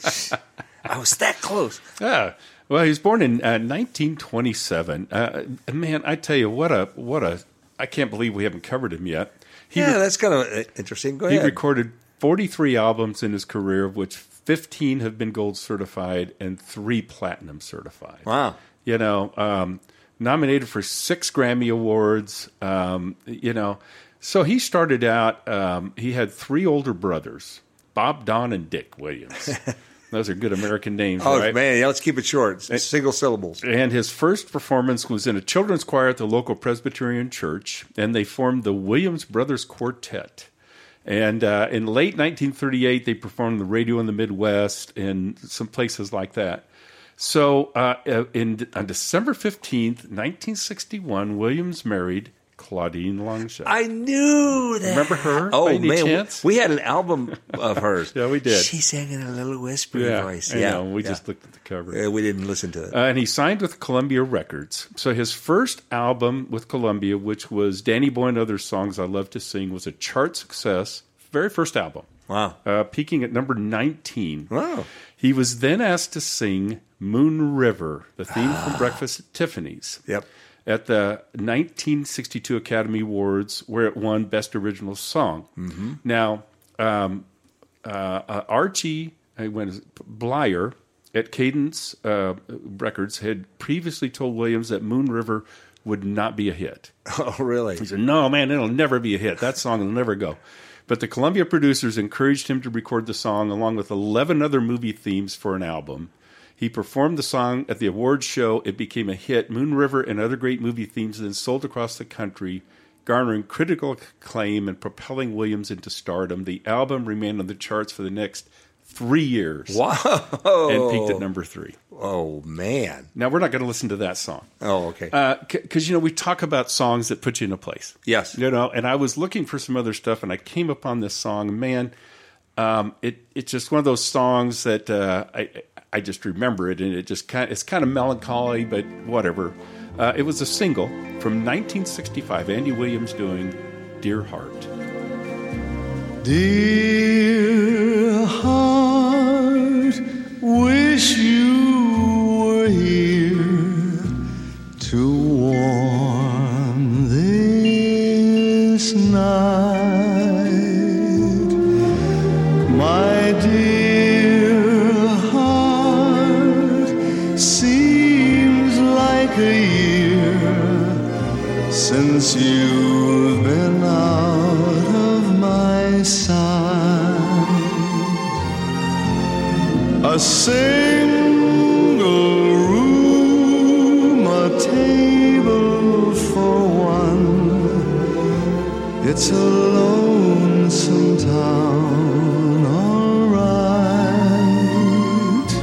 Speaker 6: I was that close.
Speaker 5: Yeah. Ah, Well, he was born in uh, 1927. Uh, man, I tell you what a what a I can't believe we haven't covered him yet. He
Speaker 6: yeah, that's kind of uh, interesting. Go
Speaker 5: He
Speaker 6: ahead.
Speaker 5: recorded 43 albums in his career, of which 15 have been gold certified and three platinum certified.
Speaker 6: Wow.
Speaker 5: You know, um, nominated for six Grammy Awards. Um, you know, so he started out, um, he had three older brothers Bob, Don, and Dick Williams. Those are good American names,
Speaker 6: oh
Speaker 5: right?
Speaker 6: man, yeah, let's keep it short. It's single syllables.
Speaker 5: And his first performance was in a children's choir at the local Presbyterian church, and they formed the Williams Brothers Quartet. And uh, in late 1938, they performed on the radio in the Midwest and some places like that. So, uh, uh, in on December 15th, 1961, Williams married Claudine Longshot.
Speaker 6: I knew that.
Speaker 5: Remember her?
Speaker 6: Oh
Speaker 5: by any
Speaker 6: man, we-
Speaker 5: chance?
Speaker 6: we had an album of hers.
Speaker 5: Yeah, we did.
Speaker 6: She sang in a little whispery
Speaker 5: yeah,
Speaker 6: voice.
Speaker 5: I
Speaker 6: yeah,
Speaker 5: know. we
Speaker 6: yeah.
Speaker 5: just looked at the cover.
Speaker 6: Yeah, we didn't listen to it.
Speaker 5: Uh, and he signed with Columbia Records. So his first album with Columbia, which was Danny Boy and Other Songs I Love to Sing, was a chart success. Very first album.
Speaker 6: Wow.
Speaker 5: Uh, peaking at number 19.
Speaker 6: Wow.
Speaker 5: He was then asked to sing Moon River, the theme from Breakfast at Tiffany's.
Speaker 6: Yep.
Speaker 5: At the 1962 Academy Awards, where it won Best Original Song. Now, um, uh, uh, Archie uh, when Blyer at Cadence uh, Records had previously told Williams that Moon River would not be a hit.
Speaker 6: Oh, really?
Speaker 5: He said, "No, man, it'll never be a hit. That song will never go." But the Columbia producers encouraged him to record the song along with 11 other movie themes for an album. He performed the song at the awards show. It became a hit. Moon River and other great movie themes then sold across the country, garnering critical acclaim and propelling Williams into stardom. The album remained on the charts for the next three years
Speaker 6: Wow.
Speaker 5: and peaked at number three.
Speaker 6: Oh man.
Speaker 5: Now, we're not going to listen to that song
Speaker 6: Oh, okay.
Speaker 5: Uh, because you know we talk about songs that put you in a place.
Speaker 6: Yes.
Speaker 5: you know. And I was looking for some other stuff, and I came upon this song. Man, um, it it's just one of those songs that uh, I I just remember it, and it just kind it's kind of melancholy, but whatever. Uh, it was a single from 1965. Andy Williams doing "Dear Heart."
Speaker 1: Dear heart, wish you were here to warm this night. My dear heart seems like a year since you've been out of my sight. A single room, a table for one. It's a lonesome town, alright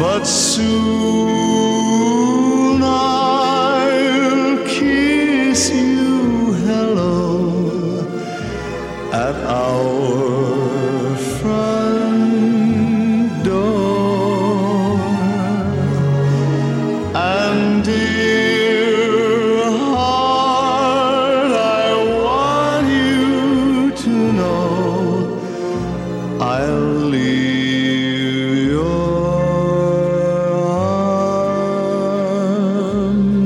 Speaker 1: but soon I'll kiss you hello at our front door. And dear heart, I want you to know. I'll leave your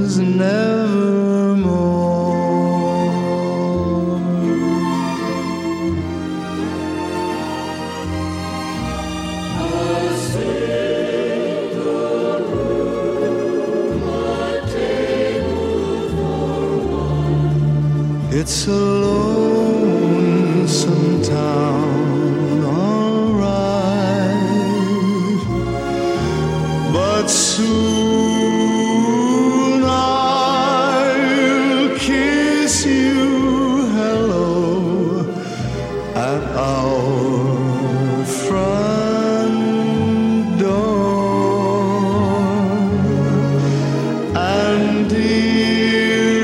Speaker 1: arms nevermore. It's a lonesome town, alright. But soon I'll kiss you hello at our front door. And dear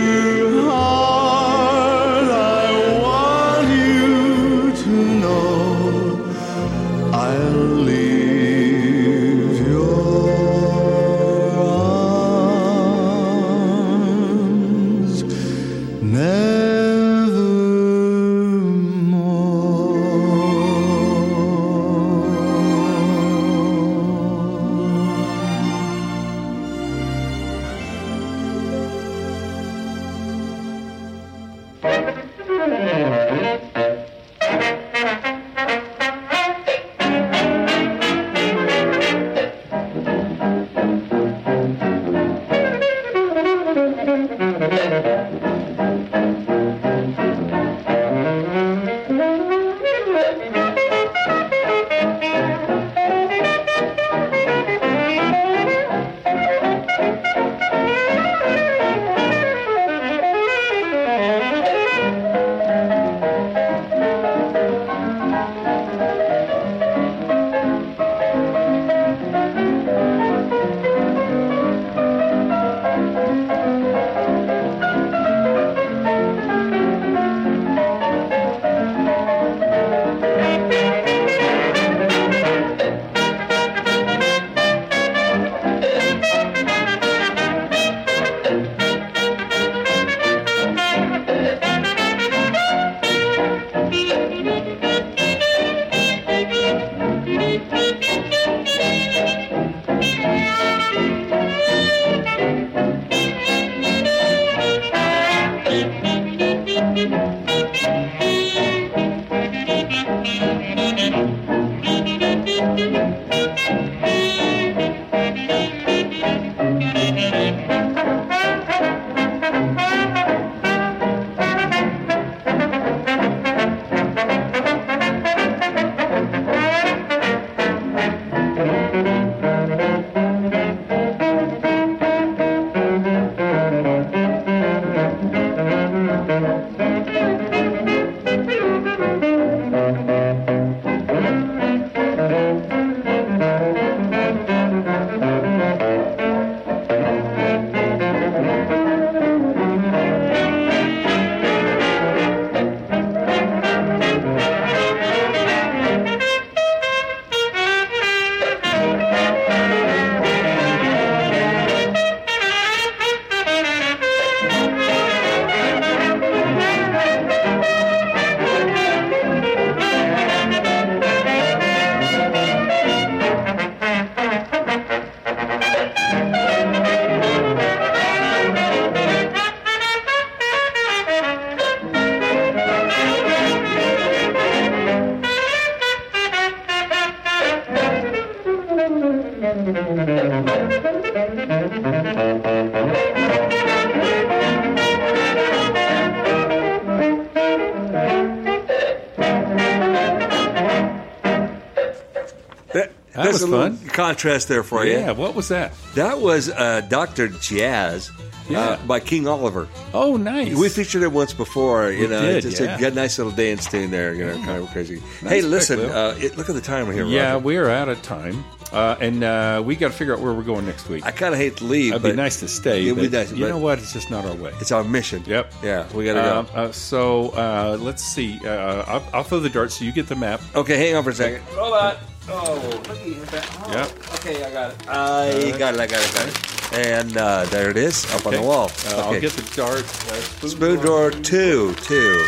Speaker 6: That,
Speaker 5: That was
Speaker 6: a little
Speaker 5: fun.
Speaker 6: Contrast there for
Speaker 5: Yeah,
Speaker 6: you.
Speaker 5: what was that?
Speaker 6: That was uh, Doctor Jazz.
Speaker 5: Yeah.
Speaker 6: Uh, by King Oliver.
Speaker 5: Oh, nice.
Speaker 6: We featured it once before, you
Speaker 5: We
Speaker 6: know.
Speaker 5: did,
Speaker 6: it's just
Speaker 5: yeah.
Speaker 6: a good, nice little dance tune there, you know, kind of crazy.
Speaker 5: Nice
Speaker 6: hey,
Speaker 5: pick,
Speaker 6: listen,
Speaker 5: Lou.
Speaker 6: uh, it, look at the time here.
Speaker 5: yeah,
Speaker 6: Roger.
Speaker 5: we are out of time, uh, and uh, we got to figure out where we're going next week.
Speaker 6: I kind of hate to leave,
Speaker 5: It'd
Speaker 6: but
Speaker 5: be nice to stay.
Speaker 6: It'd be
Speaker 5: but
Speaker 6: nice,
Speaker 5: you
Speaker 6: but-
Speaker 5: know what? It's just not our way.
Speaker 6: it's our mission.
Speaker 5: Yep.
Speaker 6: Yeah, we gotta
Speaker 5: Um, Uh, so uh, let's see. Uh, I'll, I'll throw the dart so you get the map.
Speaker 6: go. Okay, hang on for a second.
Speaker 5: Hold on. Oh. Yep.
Speaker 6: Okay, I got it. I got it. I got it. Got it. And uh, there it is, up on the wall.
Speaker 5: Uh, I'll get the dart. Uh, spoon
Speaker 6: spoon drawer two, two.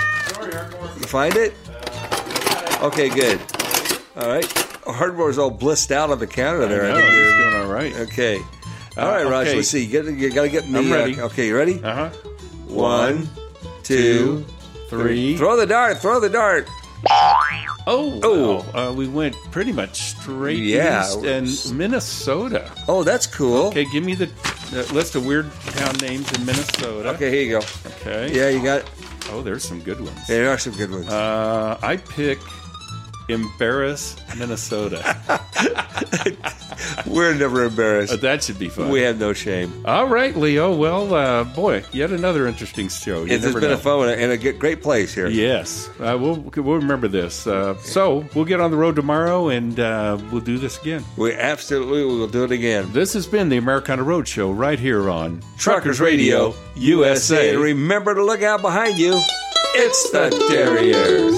Speaker 6: You find it? Okay, good. All right. Hardware's all blissed out on the counter
Speaker 5: I
Speaker 6: there. I
Speaker 5: know,
Speaker 6: think
Speaker 5: he's
Speaker 6: they're-
Speaker 5: doing all right.
Speaker 6: Okay. All
Speaker 5: Uh,
Speaker 6: right, Raj.
Speaker 5: okay.
Speaker 6: Let's see. You got you gotta get me.
Speaker 5: I'm
Speaker 6: uh,
Speaker 5: ready.
Speaker 6: okay, you ready?
Speaker 5: Uh huh.
Speaker 6: One, two,
Speaker 5: Three.
Speaker 6: Throw the dart. Throw the dart.
Speaker 5: Oh,
Speaker 6: Oh.
Speaker 5: wow. Uh, we went pretty much straight
Speaker 6: Yeah.
Speaker 5: east and Minnesota.
Speaker 6: Oh, that's cool.
Speaker 5: Okay, give me the uh, list of weird town names in Minnesota.
Speaker 6: Okay, here you go.
Speaker 5: Okay.
Speaker 6: Yeah, you got.
Speaker 5: Oh, there's some good ones.
Speaker 6: There are some good ones.
Speaker 5: Uh, I pick embarrass Minnesota.
Speaker 6: We're never
Speaker 5: Uh,
Speaker 6: embarrassed.
Speaker 5: that should be fun.
Speaker 6: We have no shame.
Speaker 5: All right, Leo. Well, uh, boy, yet another interesting show. You
Speaker 6: It's it's
Speaker 5: never
Speaker 6: been a
Speaker 5: know.
Speaker 6: fun one and a good- great place here.
Speaker 5: Yes, uh, we'll we'll remember this. Uh, so we'll get on the road tomorrow and uh, we'll do this again.
Speaker 6: We absolutely will do it again.
Speaker 5: This has been the Americana Road Show right here on
Speaker 6: Truckers Radio USA. And remember to look out behind you. It's the Derriers.